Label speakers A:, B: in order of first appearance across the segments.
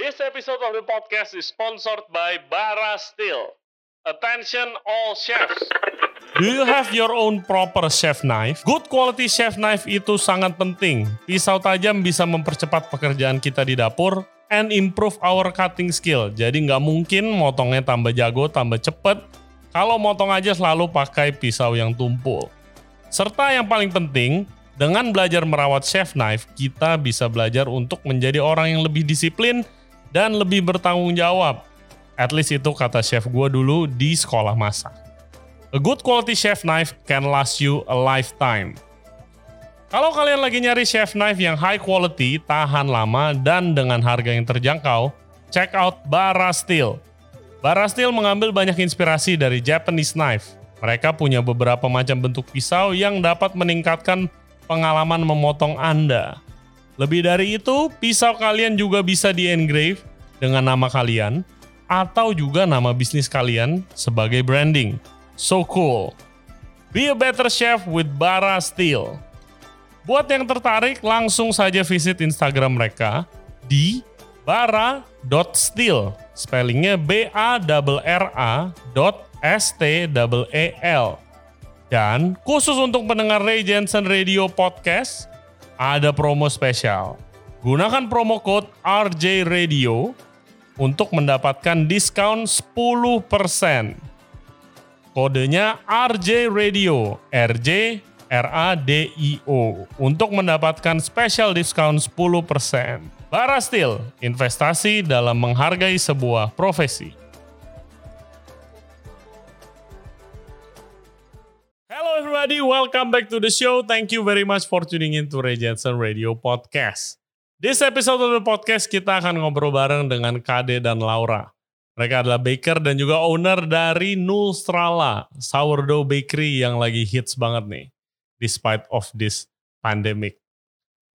A: This episode of the podcast is sponsored by Bara Steel. Attention all chefs. Do you have your own proper chef knife? Good quality chef knife itu sangat penting. Pisau tajam bisa mempercepat pekerjaan kita di dapur and improve our cutting skill. Jadi nggak mungkin motongnya tambah jago, tambah cepet. Kalau motong aja selalu pakai pisau yang tumpul. Serta yang paling penting, dengan belajar merawat chef knife, kita bisa belajar untuk menjadi orang yang lebih disiplin dan lebih bertanggung jawab. At least itu kata chef gue dulu di sekolah masak. A good quality chef knife can last you a lifetime. Kalau kalian lagi nyari chef knife yang high quality, tahan lama, dan dengan harga yang terjangkau, check out Bara Steel. Bara Steel mengambil banyak inspirasi dari Japanese knife. Mereka punya beberapa macam bentuk pisau yang dapat meningkatkan pengalaman memotong Anda. Lebih dari itu, pisau kalian juga bisa di-engrave dengan nama kalian atau juga nama bisnis kalian sebagai branding. So cool. Be a better chef with Bara Steel. Buat yang tertarik, langsung saja visit Instagram mereka di bara.steel. Spellingnya b a r a dot s t e l. Dan khusus untuk pendengar Ray Jensen Radio Podcast, ada promo spesial. Gunakan promo code RJ Radio untuk mendapatkan diskon 10%. Kodenya RJ Radio, RJ RADIO untuk mendapatkan special diskon 10%. Barastil, investasi dalam menghargai sebuah profesi. Hello everybody, welcome back to the show. Thank you very much for tuning in to Ray Jensen Radio Podcast. This episode of the podcast kita akan ngobrol bareng dengan Kade dan Laura. Mereka adalah baker dan juga owner dari Nulstrala, sourdough bakery yang lagi hits banget nih despite of this pandemic.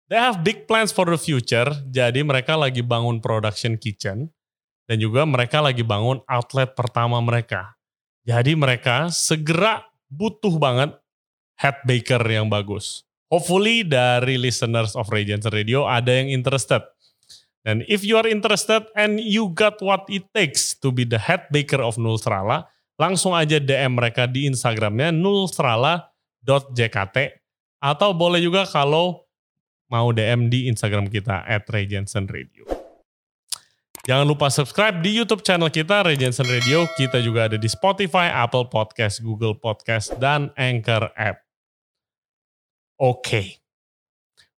A: They have big plans for the future, jadi mereka lagi bangun production kitchen dan juga mereka lagi bangun outlet pertama mereka. Jadi mereka segera butuh banget head baker yang bagus. Hopefully dari listeners of Regents Radio ada yang interested. Dan if you are interested and you got what it takes to be the head baker of Nulstrala, langsung aja DM mereka di Instagramnya Nulstrala.com jkt atau boleh juga kalau mau DM di Instagram kita at Radio. Jangan lupa subscribe di YouTube channel kita Rejensen Radio. Kita juga ada di Spotify, Apple Podcast, Google Podcast, dan Anchor app. Oke.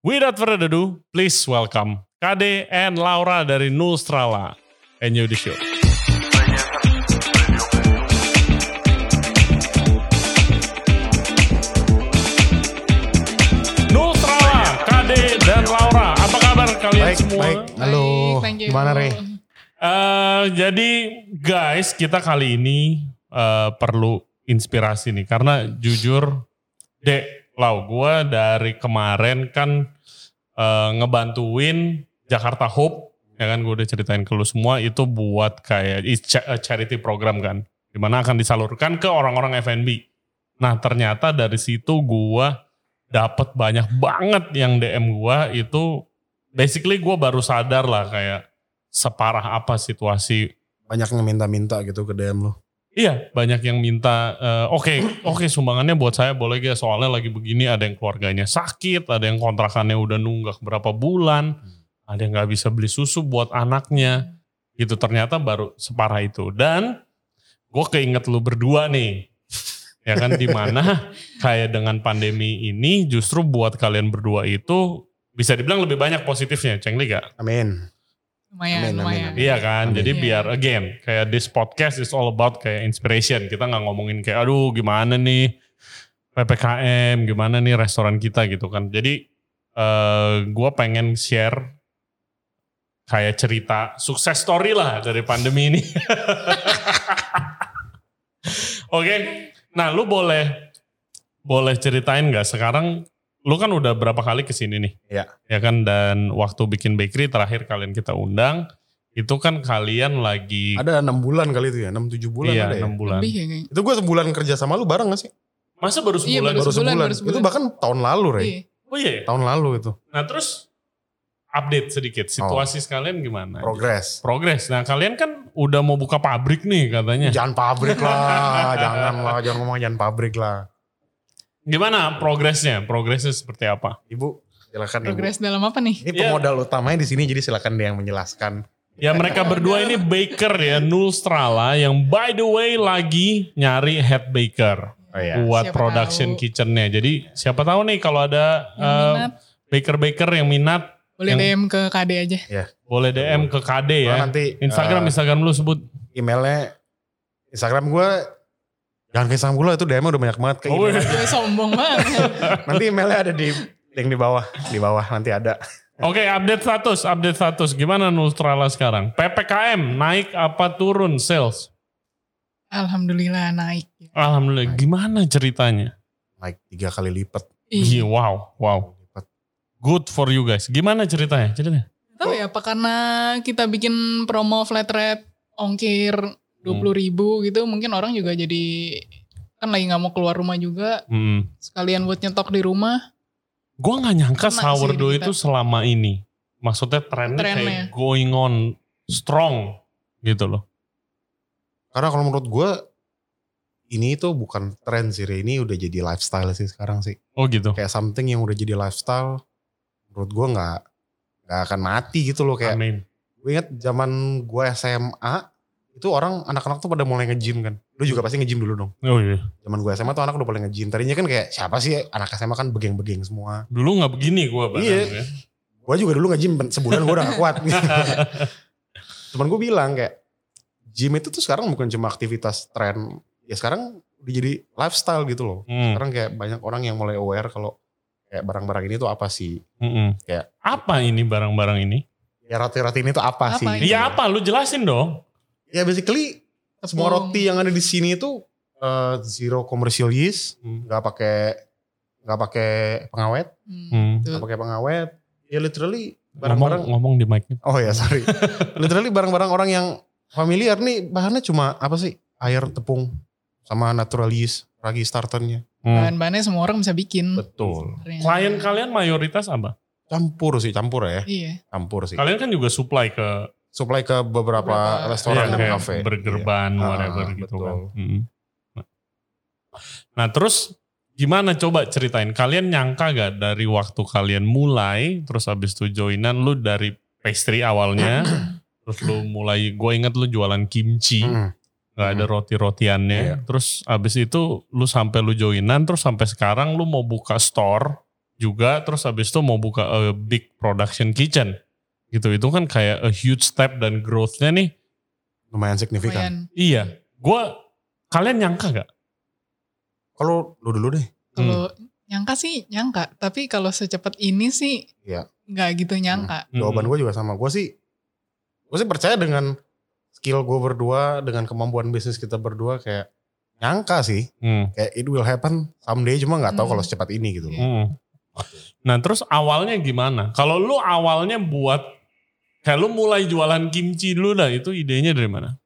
A: Without further ado, please welcome KD and Laura dari Nulstrala. Enjoy the show. Nulstrala, KD dan Laura. Apa kabar kalian
B: Baik,
A: semua?
B: baik. Halo.
C: Baik, thank you.
B: Gimana, Re?
A: Eh, jadi guys, kita kali ini eh, perlu inspirasi nih karena jujur Dek, lau gua dari kemarin kan eh, ngebantuin Jakarta Hope ya kan gue udah ceritain ke lu semua itu buat kayak it's cha- a charity program kan dimana akan disalurkan ke orang-orang FNB. Nah ternyata dari situ gua dapat banyak banget yang DM gua itu basically gua baru sadar lah kayak separah apa situasi
B: Banyak yang minta-minta gitu ke DM lo.
A: Iya, banyak yang minta eh, oke, oke sumbangannya buat saya boleh gak soalnya lagi begini ada yang keluarganya sakit, ada yang kontrakannya udah nunggak berapa bulan, ada yang nggak bisa beli susu buat anaknya. Gitu ternyata baru separah itu. Dan gue keinget lu berdua nih. Ya kan di mana kayak dengan pandemi ini justru buat kalian berdua itu bisa dibilang lebih banyak positifnya, Cengli gak?
B: Amin.
C: Lumayan,
B: Amin, amin,
C: lumayan.
B: amin.
A: Iya kan,
B: Amin.
A: jadi
C: Iya.
A: biar again kayak this podcast is all about kayak inspiration. Kita nggak ngomongin kayak aduh gimana nih ppkm, gimana nih restoran kita gitu kan. Jadi eh gue pengen share kayak cerita sukses story lah dari pandemi ini. Oke, nah lu boleh boleh ceritain nggak sekarang? Lu kan udah berapa kali kesini nih?
B: Iya.
A: Ya kan dan waktu bikin bakery terakhir kalian kita undang itu kan kalian lagi
B: Ada 6 bulan kali itu ya, 6 7 bulan
A: iya,
B: ada ya.
A: 6 bulan.
C: Lebih ya kayaknya.
B: Itu gue sebulan kerja sama lu bareng gak sih?
A: Masa baru
C: Iya,
A: sebulan?
C: Baru sebulan, baru
B: Itu
C: sebulan.
B: bahkan tahun lalu, Re.
C: Iya.
A: Oh iya. ya?
B: Tahun lalu itu.
A: Nah terus update sedikit situasi sekalian gimana?
B: Oh. Progres.
A: Progres. Nah kalian kan udah mau buka pabrik nih katanya.
B: Jangan pabrik lah, jangan lah, jangan ngomong jangan pabrik lah.
A: Gimana progresnya? Progresnya seperti apa?
B: Ibu, silakan ibu.
C: Progres dalam apa nih?
B: Ini pemodal utamanya di sini jadi silakan dia yang menjelaskan.
A: Ya mereka berdua ini baker ya, Nul Strala yang by the way lagi nyari head baker
B: Oh iya.
A: buat
C: Siapa
A: production
C: tahu.
A: kitchennya. Jadi siapa tahu nih kalau ada
C: Yang
A: eh,
C: minat,
A: baker-baker yang minat
C: boleh
A: yang-
C: DM ke KD aja.
A: boleh DM ke KD ya.
B: Kalau nanti
A: Instagram
B: eh,
A: Instagram lu sebut.
B: emailnya Instagram gue jangan ke Instagram gue lah, itu DM udah banyak banget ke
A: Oh,
B: email.
A: iya.
C: Gue sombong banget.
B: Nanti emailnya ada di yang di bawah, di bawah nanti ada.
A: Oke, update status, update status. Gimana Nul Strala sekarang? PPKM naik apa turun sales?
C: Alhamdulillah naik. ya.
A: Alhamdulillah. Gimana ceritanya?
B: Naik tiga kali lipat.
A: Iya,
C: Iya.
A: wow, wow.
B: Lipat.
A: Good for you guys. Gimana ceritanya? Ceritanya?
C: Tahu ya apa karena kita bikin promo flat rate ongkir 20.000 ribu gitu mungkin orang juga jadi kan lagi nggak mau keluar rumah juga
A: Hmm.
C: sekalian buat nyetok di rumah
A: Gue nggak nyangka
C: Kena sih gitu.
A: sourdough
C: di
A: itu selama ini. Maksudnya trennya,
C: Trennya.
A: kayak going on strong gitu loh.
B: Karena kalau menurut gue ini tuh bukan tren sih, Re. ini udah jadi lifestyle sih sekarang sih.
A: Oh gitu.
B: Kayak something yang udah jadi lifestyle, menurut gue nggak nggak akan mati gitu loh kayak.
A: Amin.
B: Gue inget zaman gue SMA itu orang anak-anak tuh pada mulai nge-gym kan. Lu juga pasti nge-gym dulu dong.
A: Oh iya.
B: Zaman gue SMA tuh anak udah paling nge-gym. Tadinya kan kayak siapa sih anak SMA kan begeng-begeng semua.
A: Dulu nggak begini ya. gue.
B: Iya. gue juga dulu nge-gym ben- sebulan gue udah gak kuat. Cuman gue bilang kayak gym itu tuh sekarang bukan cuma aktivitas tren. Ya sekarang udah jadi lifestyle gitu loh.
A: Hmm.
B: Sekarang kayak banyak orang yang mulai aware kalau kayak barang-barang ini tuh apa sih.
A: Mm-mm.
B: Kayak-
A: hmm, Apa ini barang-barang ini?
B: Ya roti-roti ini tuh apa,
C: Apa
B: sih.
C: ini?
A: Iya apa? Lu jelasin dong.
B: Ya basically semua
C: Tepung.
B: roti yang ada di sini itu eh, zero commercial yeast. Gak pakai nggak pakai pengawet.
C: Hmm.
A: Hmm.
B: Gak pakai pengawet. Ya literally
A: Ngomong,
B: barang-barang
A: ngomong di mic-nya.
B: Oh ya sorry. Literally barang-barang orang yang familiar nih bahannya cuma apa sih? Air, tepung, sama natural yeast, ragi starternya.
A: Hmm.
C: bahan-bahannya semua orang bisa bikin
B: Betul.
C: Sebenarnya.
A: Klien kalian mayoritas apa?
B: Campur sih, campur ya,
C: iya
B: campur sih.
A: Kalian kan juga supply ke
B: Supply ke beberapa,
C: Beberapa-
A: Iya,
B: restoran dan
A: kayak
B: kafe.
A: burger
B: Iya.
A: bun,
B: Ah,
A: whatever gitu
B: betul.
A: kan. Mm. Nah. Nah terus gimana coba ceritain? Kalian nyangka gak dari waktu kalian mulai, terus habis itu joinan lu dari pastry awalnya, terus lu mulai, gue inget lu jualan kimchi,
B: Mm.
A: gak ada roti-rotiannya,
B: Iya.
A: terus habis itu lu sampai lu joinan, terus sampai sekarang lu mau buka store juga, terus habis itu mau buka eh, big production kitchen gitu itu kan kayak a huge step dan growth-nya nih
B: Lumayan signifikan.
C: lumayan
A: Iya, gua kalian nyangka gak?
B: Kalau lu dulu deh.
C: kalau
A: Hmm.
C: nyangka sih nyangka tapi kalau secepat ini sih
B: Iya.
C: nggak gitu nyangka
B: Jawaban gue juga sama. Gue sih gue sih percaya dengan skill gue berdua, dengan kemampuan bisnis kita berdua kayak nyangka sih.
A: Hmm,
B: Kayak it will happen someday cuma nggak tahu
C: Hmm.
B: kalau secepat ini gitu. loh.
A: hmm. Nah terus awalnya gimana? Kalau lu awalnya buat kayak lu mulai jualan kimchi dulu dah itu idenya dari mana?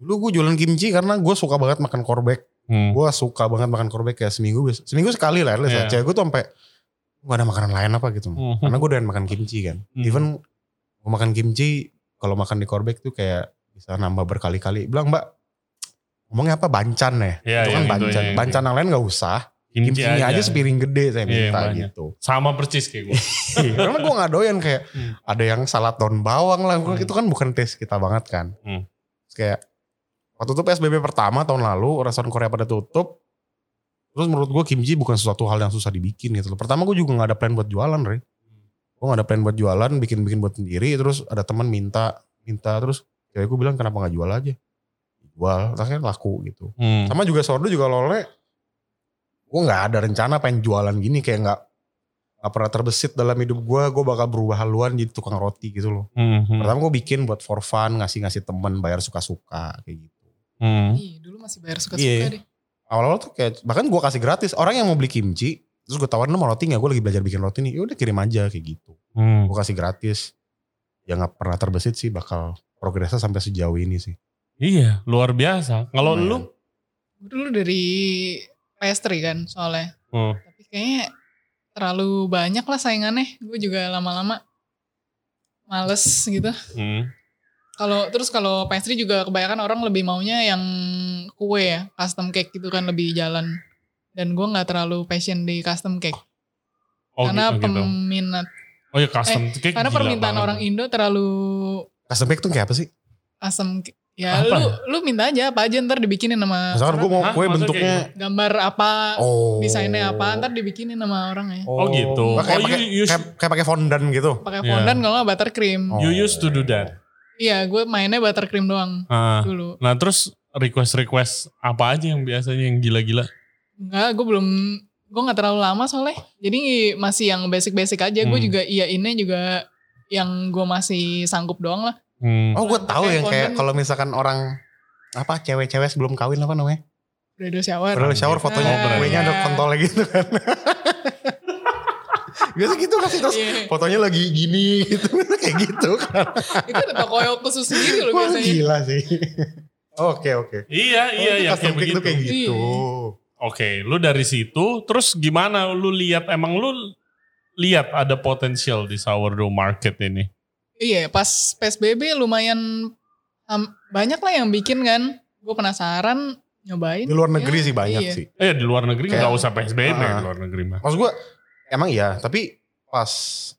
B: Dulu gue jualan kimchi karena gue suka banget makan korbek.
A: Hmm.
B: Gue suka banget makan korbek kayak seminggu. bis- Seminggu sekali lah.
A: Iya.
B: Yeah. Cewek gue tuh sampai gak ada makanan lain apa gitu.
A: Hmm.
B: Karena gue doyan makan kimchi kan.
A: Hmm.
B: Even gue makan kimchi kalau makan di korbek tuh kayak bisa nambah berkali-kali. Bilang mbak ngomongnya apa bancan ya.
A: Ya,
B: itu
A: yang
B: kan bancan.
A: ya, yang
B: bancan yang lain gak usah.
A: kimchi
B: Kimchinya aja. sepiring gede saya
A: Iya,
B: minta
A: yang banyak.
B: gitu.
A: Sama persis kayak gue.
B: Iya, karena gue gak doyan kayak
A: Hmm.
B: ada yang salad daun bawang lah. Gua-
A: Hmm.
B: Itu kan bukan taste kita banget kan.
A: Hmm.
B: Terus kayak waktu itu PSBB pertama tahun lalu restoran Korea pada tutup. Terus menurut gue kimchi bukan sesuatu hal yang susah dibikin gitu loh. Pertama gue juga gak ada plan buat jualan Re. Gue gak ada plan buat jualan, bikin-bikin buat sendiri. Terus ada teman minta, minta. Terus cewek gue bilang kenapa gak jual aja. Jual, akhirnya laku gitu.
A: Hmm.
B: Sama juga Sordo juga lolnya. Gue nggak ada rencana pengen jualan gini kayak nggak nggak pernah terbesit dalam hidup gue. Gue bakal berubah haluan jadi tukang roti gitu loh.
A: Hmm, hmm,
B: Pertama gue bikin buat for fun, ngasih-ngasih temen, bayar suka-suka kayak gitu.
A: hmm.
C: Ih, dulu masih bayar suka-suka
B: Iya.
C: deh
B: Awal-awal tuh kayak bahkan gue kasih gratis. Orang yang mau beli kimchi, terus gue tawarin mau roti nggak? Gue lagi belajar bikin roti nih. Ya udah kirim aja kayak gitu.
A: Hmm.
B: Gue kasih gratis. Ya nggak pernah terbesit sih bakal progresnya sampai sejauh ini sih.
A: Iya, luar biasa. Kalau
B: Lumayan.
A: lu
C: Gua dulu dari pastry kan soalnya
A: Hmm.
C: tapi kayaknya terlalu banyak lah saingannya gue juga lama-lama males gitu.
A: Hmm.
C: Kalau terus kalau pastry juga kebanyakan orang lebih maunya yang kue ya, custom cake gitu kan lebih jalan. Dan gue nggak terlalu passion di custom cake
A: Oh,
C: karena
A: gitu, gitu.
C: peminat,
A: Oh ya custom cake
C: karena
A: gila
C: permintaan
A: banget.
C: orang Indo terlalu
B: Custom cake tuh kayak apa sih?
C: asam. ke- Ya
A: Apa?
C: lu lu minta aja apa aja ntar dibikinin sama
B: Misalkan
C: orang.
B: gue mau
A: Hah?
B: kue
A: Maksudnya
B: bentuknya
A: kayak
C: gambar apa,
B: oh
C: desainnya apa, ntar dibikinin sama orang ya.
A: Oh, gitu.
B: Nggak Kayak
A: Oh,
B: pakai
A: you- you-
B: kayak, kayak pakai fondant gitu.
C: Pakai
A: Iya.
C: fondant kalau nggak buttercream.
B: Oh.
A: You used to do that.
C: Iya, gue mainnya buttercream doang
A: Ah,
C: dulu.
A: nah terus request-request apa aja yang biasanya yang gila-gila?
C: Enggak, gue belum gue nggak terlalu lama soalnya. Jadi masih yang basic-basic aja. Gue
A: Hmm.
C: juga iya ini juga yang gue masih sanggup doang lah.
A: Hmm.
B: Oh gue tahu
C: Pakai
B: yang kayak
C: fondant.
B: kalau misalkan orang apa cewek-cewek sebelum kawin apa namanya?
C: Bridal shower.
B: Padahal shower
A: Oh,
B: fotonya
A: berarti.
B: kuenya ada
C: Iya.
B: kontolnya gitu kan. Biasa gitu kasih terus
C: Iya.
B: fotonya lagi gini gitu kayak gitu kan.
C: itu ada toko khusus sendiri loh
B: Wah
C: biasanya.
B: gila sih. Oke oke.
A: Iya,
B: Oh,
A: iya,
B: itu
A: iya kayak
B: custom cake
A: begitu.
B: tuh kayak gitu.
A: Oke, lu dari situ terus gimana lu lihat emang lu lihat ada potensial di sourdough market ini?
C: Iya, pas PSBB lumayan am- banyak lah yang bikin kan. Gue penasaran
A: Iya.
C: nyobain.
B: Di luar negeri
C: Ya,
B: sih banyak
C: iya.
B: sih.
A: Eh di luar negeri
B: Kayak-
A: nggak usah PSBB
B: Ah.
A: ya, di luar negeri mah.
B: Maksud gue emang iya tapi pas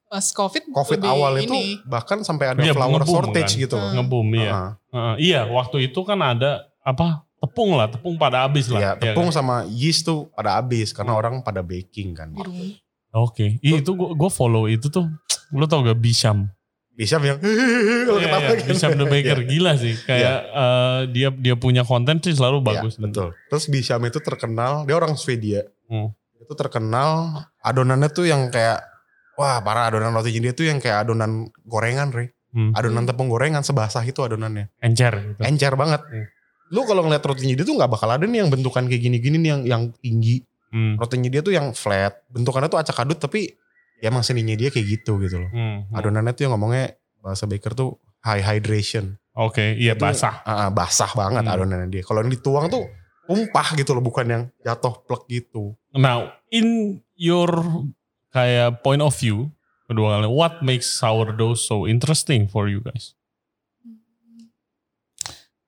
C: Pas COVID,
B: covid
C: lebih
B: awal itu
C: ini.
B: bahkan sampai ada
A: Iya,
B: flower
A: ngebum
B: shortage
A: kan.
B: gitu loh.
C: Hmm.
A: Ngeboom ya.
B: Heeh.
A: Heeh, iya, waktu itu kan ada apa tepung lah, tepung pada habis lah.
B: Iya,
A: ya
B: tepung
A: kan?
B: sama yeast tuh pada habis
A: Hmm.
B: karena orang pada baking kan.
C: di
A: Iya.
C: rumah.
A: Oke, Ih, itu gua, gua follow itu tuh. Lu tau gak Bisham?
B: Bisa yang kalau
A: Iya,
B: ketawa
A: iya,
B: kan.
A: Bisham the Baker
B: Iya,
A: gila sih. Kayak eh, dia dia punya konten sih selalu
B: iya,
A: bagus.
B: betul. Terus Bisham itu terkenal, dia orang Swedia.
A: Hmm.
B: Itu terkenal adonannya tuh yang kayak wah, para adonan roti dia tuh yang kayak adonan gorengan, Re.
A: Hmm.
B: Adonan tepung gorengan sebasah itu adonannya.
A: Encer gitu.
B: Encer banget.
A: Hmm.
B: Lu kalau ngeliat rotinya dia tuh nggak bakal ada nih yang bentukan kayak gini-gini nih yang yang tinggi.
A: Hmm.
B: rotinya dia tuh yang flat bentukannya tuh acak adut tapi ya emang seninya dia kayak gitu gitu loh
A: Hmm.
B: adonannya tuh yang ngomongnya bahasa baker tuh high hydration
A: Oke, iya
B: Itu-
A: basah.
B: Ah, ah, basah banget
A: Hmm.
B: adonannya dia kalau yang dituang tuh tumpah gitu loh bukan yang jatuh plek gitu
A: Now, in your kayak point of view kedua kali, what makes sourdough so interesting for you guys?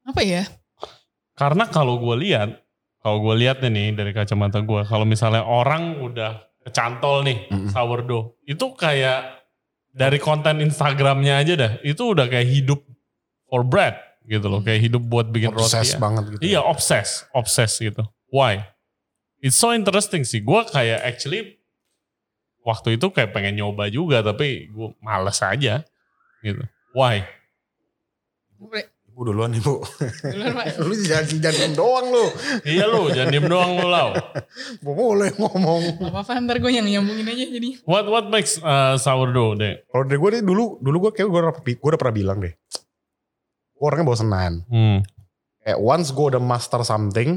C: Apa ya?
A: Karena kalau gue lihat, kalau gue lihat nih dari kacamata gue, kalau misalnya orang udah kecantol nih
B: Mm-mm.
A: sourdough, itu kayak dari konten Instagramnya aja dah, itu udah kayak hidup for bread gitu loh, kayak hidup buat bikin roti.
B: proses
A: ya.
B: banget gitu
A: Iya, obses, obses gitu. Why? It's so interesting sih. Gue kayak actually waktu itu kayak pengen nyoba juga, tapi gue males aja gitu. Why?
B: ibu duluan ibu
C: Duluan, Pak.
B: lu jangan jangan doang lu
A: iya lu, jangan diem doang lu lau.
B: Gua boleh ngomong
C: Gak apa-apa ntar gue yang nyambungin aja jadi.
A: What what makes uh, sourdough deh?
B: kalau dari gue deh dulu dulu gue kayak gue udah, gua udah pernah bilang deh gue orangnya bosenan
A: Hmm,
B: kayak once gue udah master something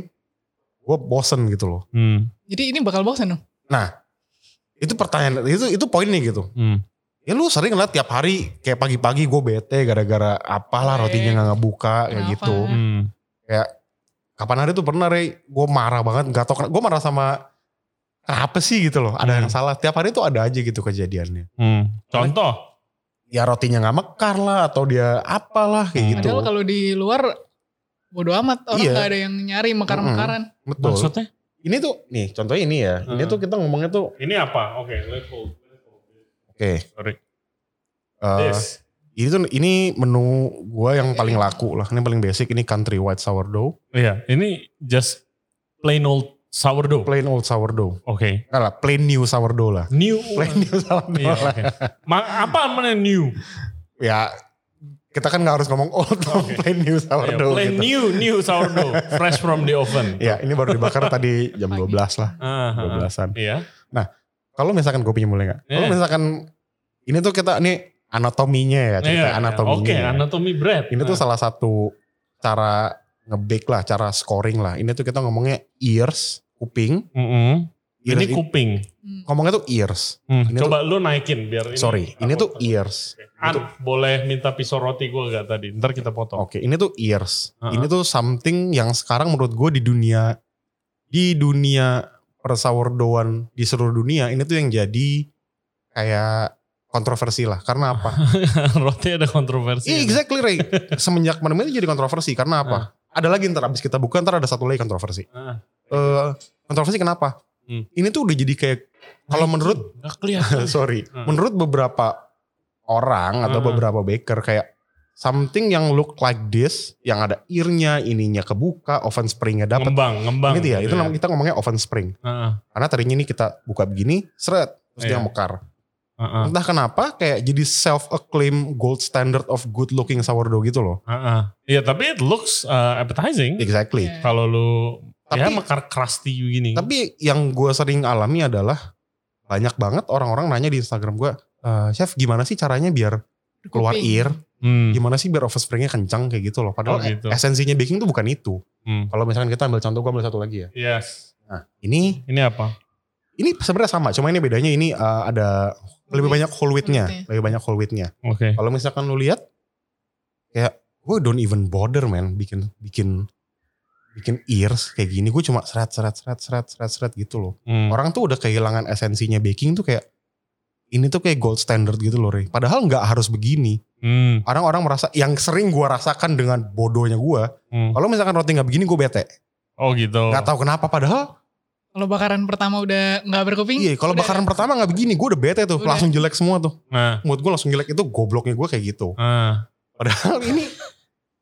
B: gue bosen gitu loh
A: hmm,
C: Jadi ini bakal bosan dong.
B: itu pertanyaan itu itu poinnya gitu
A: hmm.
B: ya lu sering liat tiap hari kayak pagi-pagi gue bete gara-gara apalah rotinya nggak ngebuka kayak
C: Kenapa?
B: gitu
A: Iya, hmm.
B: kapan hari tuh pernah Rey gue marah banget nggak tau gue marah sama kenapa sih gitu loh ada
A: Hmm.
B: yang salah tiap hari tuh ada aja gitu kejadiannya
A: hmm. Contoh?
B: ya rotinya nggak mekar lah atau dia apalah
A: Hmm.
B: kayak gitu
C: Padahal kalau di luar bodo amat orang
B: Iya.
C: nggak ada yang nyari mekar-mekaran.
B: betul
A: Maksudnya?
B: ini tuh nih contohnya ini ya ini
A: Hmm.
B: tuh kita ngomongnya tuh
A: Ini apa? Oke, let's hold. let's hold.
B: oke
A: Sorry.
B: eh,
A: This.
B: ini tuh ini menu gue yang paling laku lah ini paling basic ini country white sourdough
A: Iya, ini just plain old sourdough. Oke.
B: plain old sourdough Enggak lah plain new sourdough lah
A: New.
B: plain new sourdough
A: Iya,
B: lah
A: oke. Ma- apa namanya new?
B: ya kita kan nggak harus ngomong old dong,
A: Oke.
B: plain new
A: Iya,
B: sourdough
A: plain
B: gitu.
A: new new sourdough fresh from the oven.
B: Ya ini baru dibakar tadi jam 12 lah,
A: Ah, ah, ah.
B: 12-an.
A: Iya.
B: Kalau misalkan kopinya mulai nggak? Kalau
A: Iya.
B: misalkan ini tuh kita ini anatominya ya, cerita
A: Iya,
B: anatominya.
A: Oke, anatomi bread.
B: Ini tuh
A: Ah,
B: salah satu cara ngebake lah, cara scoring lah. Ini tuh kita ngomongnya ears, kuping.
A: Nah. mm-mm.
B: Ears
A: Ini
B: i-
A: kuping.
C: Hmm.
B: ngomongnya tuh ears.
A: Hmm,
B: Ini
A: coba lu naikin biar ini.
B: Sorry, ini tuh ears.
A: An,
B: Ini tuh-
A: boleh minta pisau roti gua gak tadi? Ntar kita potong.
B: Oke, ini tuh ears.
A: Uh-uh.
B: Ini tuh something yang sekarang menurut gue di dunia di dunia persawardoan di seluruh dunia ini tuh yang jadi kayak kontroversi lah. Karena apa?
A: Roti ada kontroversi.
B: Iya exactly Ray. Semenjak menemukan itu jadi kontroversi. Karena apa? Ada lagi ntar abis kita buka ntar ada satu lagi kontroversi.
A: Ah.
B: Eh, kontroversi kenapa?
A: Hmm.
B: Ini tuh udah jadi kayak kalau menurut
A: Nggak kelihatan.
B: sorry,
A: Hmm.
B: menurut beberapa orang atau
A: Hmm.
B: beberapa baker kayak something yang look like this yang ada earnya ininya kebuka oven springnya dapat
A: ngembang, ngembang. Ah,
B: gitu ya itu
A: gitu
B: namanya kita ngomongnya oven spring
A: Heeh,
B: karena tadinya ini kita buka begini seret terus dia
A: Iya. Ah.
B: mekar
A: heeh,
B: entah kenapa kayak jadi self acclaim gold standard of good looking sourdough gitu loh
A: heeh. Iya tapi it looks uh, appetizing.
B: exactly
C: Iya.
A: Kalau lu
B: Tapi-
A: ya mekar crusty gini.
B: tapi yang gue sering alami adalah banyak banget orang-orang nanya di Instagram gue "Eh, chef gimana sih caranya biar keluar
C: Kuping.
B: ear
A: Hmm,
B: gimana sih biar overspringnya kencang kayak gitu loh padahal
A: Oh, gitu.
B: esensinya baking tuh bukan itu
A: hmm.
B: kalau misalkan kita ambil contoh gue ambil satu lagi ya
A: Yes.
B: ini
A: Ini apa?
B: ini sebenarnya sama cuma ini bedanya ini eh, ada lebih banyak whole wheatnya
C: Wheat-nya.
B: lebih banyak whole wheatnya
A: Oke.
B: kalau misalkan lu lihat kayak gue don't even bother man bikin bikin bikin ears kayak gini gue cuma seret seret seret seret seret seret gitu loh
A: Hmm.
B: orang tuh udah kehilangan esensinya baking tuh kayak ini tuh kayak gold standard gitu loh Rey. Padahal nggak harus begini.
A: Hmm,
B: Orang-orang merasa yang sering gue rasakan dengan bodohnya gue.
A: hmm.
B: Kalau misalkan roti nggak begini gue bete.
A: Oh gitu.
B: Nggak tahu kenapa. Padahal
C: Kalau bakaran pertama udah nggak berkuping.
B: iya kalau
C: udah.
B: bakaran pertama nggak begini gue udah bete tuh.
C: Udah.
B: Langsung jelek semua tuh.
A: Nah,
B: Mood gue langsung jelek itu gobloknya gue kayak gitu.
A: ah.
B: Padahal ini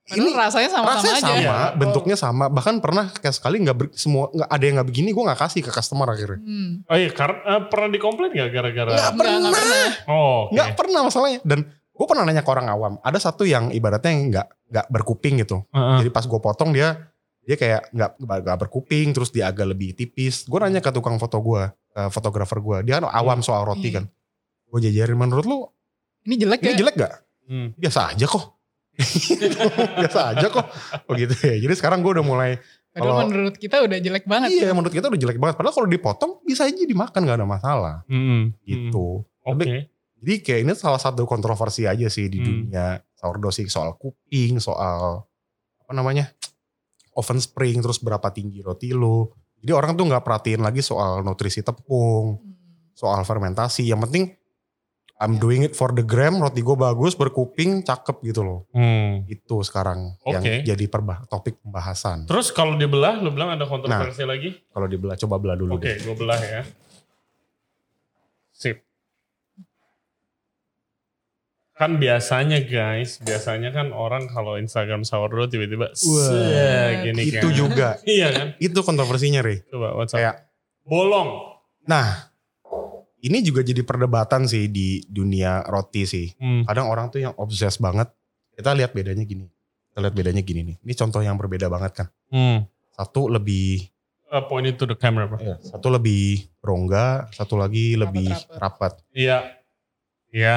C: Padahal rasanya sama-sama
B: rasanya
C: aja.
B: sama,
A: Iya.
B: bentuknya sama. Bahkan pernah kayak sekali nggak ber- semua nggak ada yang nggak begini, gue nggak kasih ke customer akhirnya.
C: Hmm.
A: Oh iya, kar- eh, pernah dikomplain gak gara-gara?
B: Nggak pernah,
C: nggak pernah.
A: Oh, oke.
B: nggak pernah masalahnya. Dan gue pernah nanya ke orang awam, ada satu yang ibaratnya yang nggak nggak berkuping gitu.
A: Heeh.
B: Jadi pas gue potong dia dia kayak nggak nggak berkuping, terus dia agak lebih tipis. Gue nanya ke tukang foto gue, ke fotografer gue, dia kan awam soal roti
C: Iya.
B: kan. Gue jajarin menurut lu
C: Ini jelek ya.
B: ini jelek gak?
A: Hmm.
B: Biasa aja kok. biasa aja kok. Oh gitu ya. Jadi sekarang gue udah mulai
C: Padahal
B: Kalau-
C: menurut kita udah jelek banget.
B: Iya menurut kita udah jelek banget. Padahal kalau dipotong bisa aja dimakan gak ada masalah
A: Hmm.
B: gitu.
A: Hmm. Oke.
B: Jadi kayak ini salah satu kontroversi aja sih di
A: Hmm.
B: dunia sourdough sih soal kuping, soal apa namanya oven spring, terus berapa tinggi roti lo. Jadi orang tuh nggak perhatiin lagi soal nutrisi tepung,
C: Hmm.
B: soal fermentasi. Yang penting I'm doing it for the gram, roti gue bagus, berkuping, cakep gitu loh.
A: Hmm.
B: Itu sekarang
A: Oke.
B: yang jadi perbah- topik pembahasan.
A: Terus kalau dibelah, lu bilang ada kontroversi
B: Nah.
A: lagi?
B: Kalau dibelah, coba belah dulu
A: Oke,
B: deh.
A: gue belah ya. Sip. Kan biasanya guys, biasanya kan orang kalau Instagram sourdough tiba-tiba "Seh," gini kan.
B: Itu gitu juga, Iya.
A: Iya kan?
B: itu kontroversinya Rey.
A: Coba WhatsApp.
B: Kayak
A: Bolong.
B: Nah, ini juga jadi perdebatan sih di dunia roti sih.
A: Hmm.
B: Kadang orang tuh yang obses banget. Kita lihat bedanya gini. Kita lihat bedanya gini nih. Ini contoh yang berbeda banget kan.
A: Hmm.
B: Satu lebih iya,
A: Uh, point it to the camera, bro.
B: satu lebih rongga, satu lagi lebih
C: Rapat-rapat.
B: rapat.
A: Iya. Iya.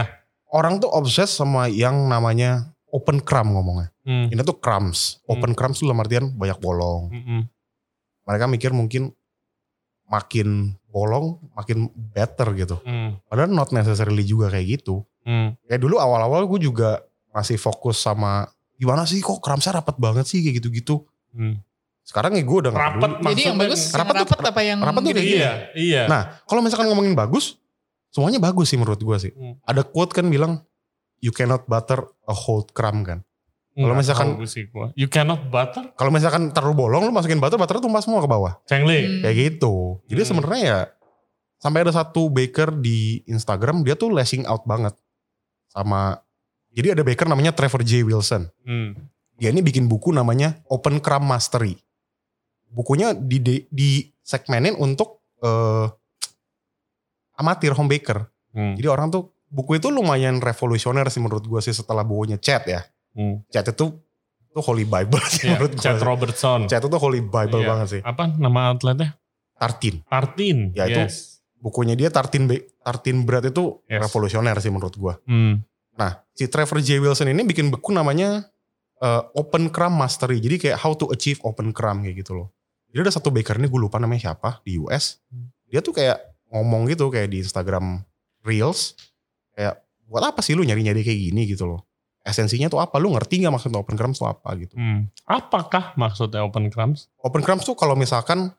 B: Orang tuh obses sama yang namanya open crumb ngomongnya.
A: Hmm.
B: Ini tuh crumbs. Open crumbs tuh dalam artian banyak bolong.
A: Mm-mm.
B: Mereka mikir mungkin makin bolong, makin better gitu.
A: Hmm.
B: Padahal not necessarily juga kayak gitu.
A: Hmm.
B: kayak dulu awal-awal gue juga masih fokus sama gimana sih kok kramsnya rapat banget sih kayak gitu-gitu.
A: Hmm.
B: Sekarang ya gue udah nggak
A: Rapat
B: peduli.
C: Jadi yang
A: maksudnya-
C: bagus
B: Rapat
C: yang
B: tuh-
C: rapat apa yang gitu ya?
B: rapat tuh kayak
C: gini?
B: gini.
A: Iya, iya.
B: Nah kalau misalkan ngomongin bagus, semuanya bagus sih menurut gue sih.
A: Hmm.
B: Ada quote kan bilang you cannot butter a whole crumb kan. kalau
A: Nggak
B: misalkan-
A: Hmm. tahu sih gua. you cannot butter,
B: Kalau misalkan taruh bolong lu masukin butter, butter tumpah semua ke bawah.
A: Cengli.
C: Hmm.
B: Kayak gitu. Jadi
A: Hmm.
B: sebenarnya ya sampai ada satu baker di Instagram dia tuh lashing out banget sama jadi ada baker namanya Trevor J Wilson.
A: Hmm.
B: dia Ya, ini bikin buku namanya Open Crumb Mastery. Bukunya di di, segmenin untuk eh, amatir home baker.
A: Hmm.
B: Jadi orang tuh buku itu lumayan revolusioner sih menurut gue sih setelah bukunya Chat ya.
A: Hmm.
B: Chat itu itu holy bible sih
A: Iya,
B: menurut
A: Chad
B: gue.
A: Robertson.
B: Chat itu holy bible
A: Iya.
B: banget sih.
A: Apa nama outletnya?
B: Tartin.
A: Tartin.
B: Ya, itu-
A: Yes.
B: Bukunya dia Tartin Ba- Tartin berat itu
A: Yes.
B: revolusioner sih menurut gue.
A: Hmm.
B: Nah, si Trevor J. Wilson ini bikin buku namanya uh, Open Crumb Mastery. Jadi kayak how to achieve open crumb kayak gitu loh. Jadi ada satu baker ini gue lupa namanya siapa di US. Dia tuh kayak ngomong gitu kayak di Instagram Reels. Kayak buat apa sih lu nyari-nyari kayak gini gitu loh. Esensinya tuh apa? Lu ngerti gak maksud open crumb tuh apa gitu.
A: Hmm. Apakah maksudnya open crumbs?
B: Open crumb tuh kalau misalkan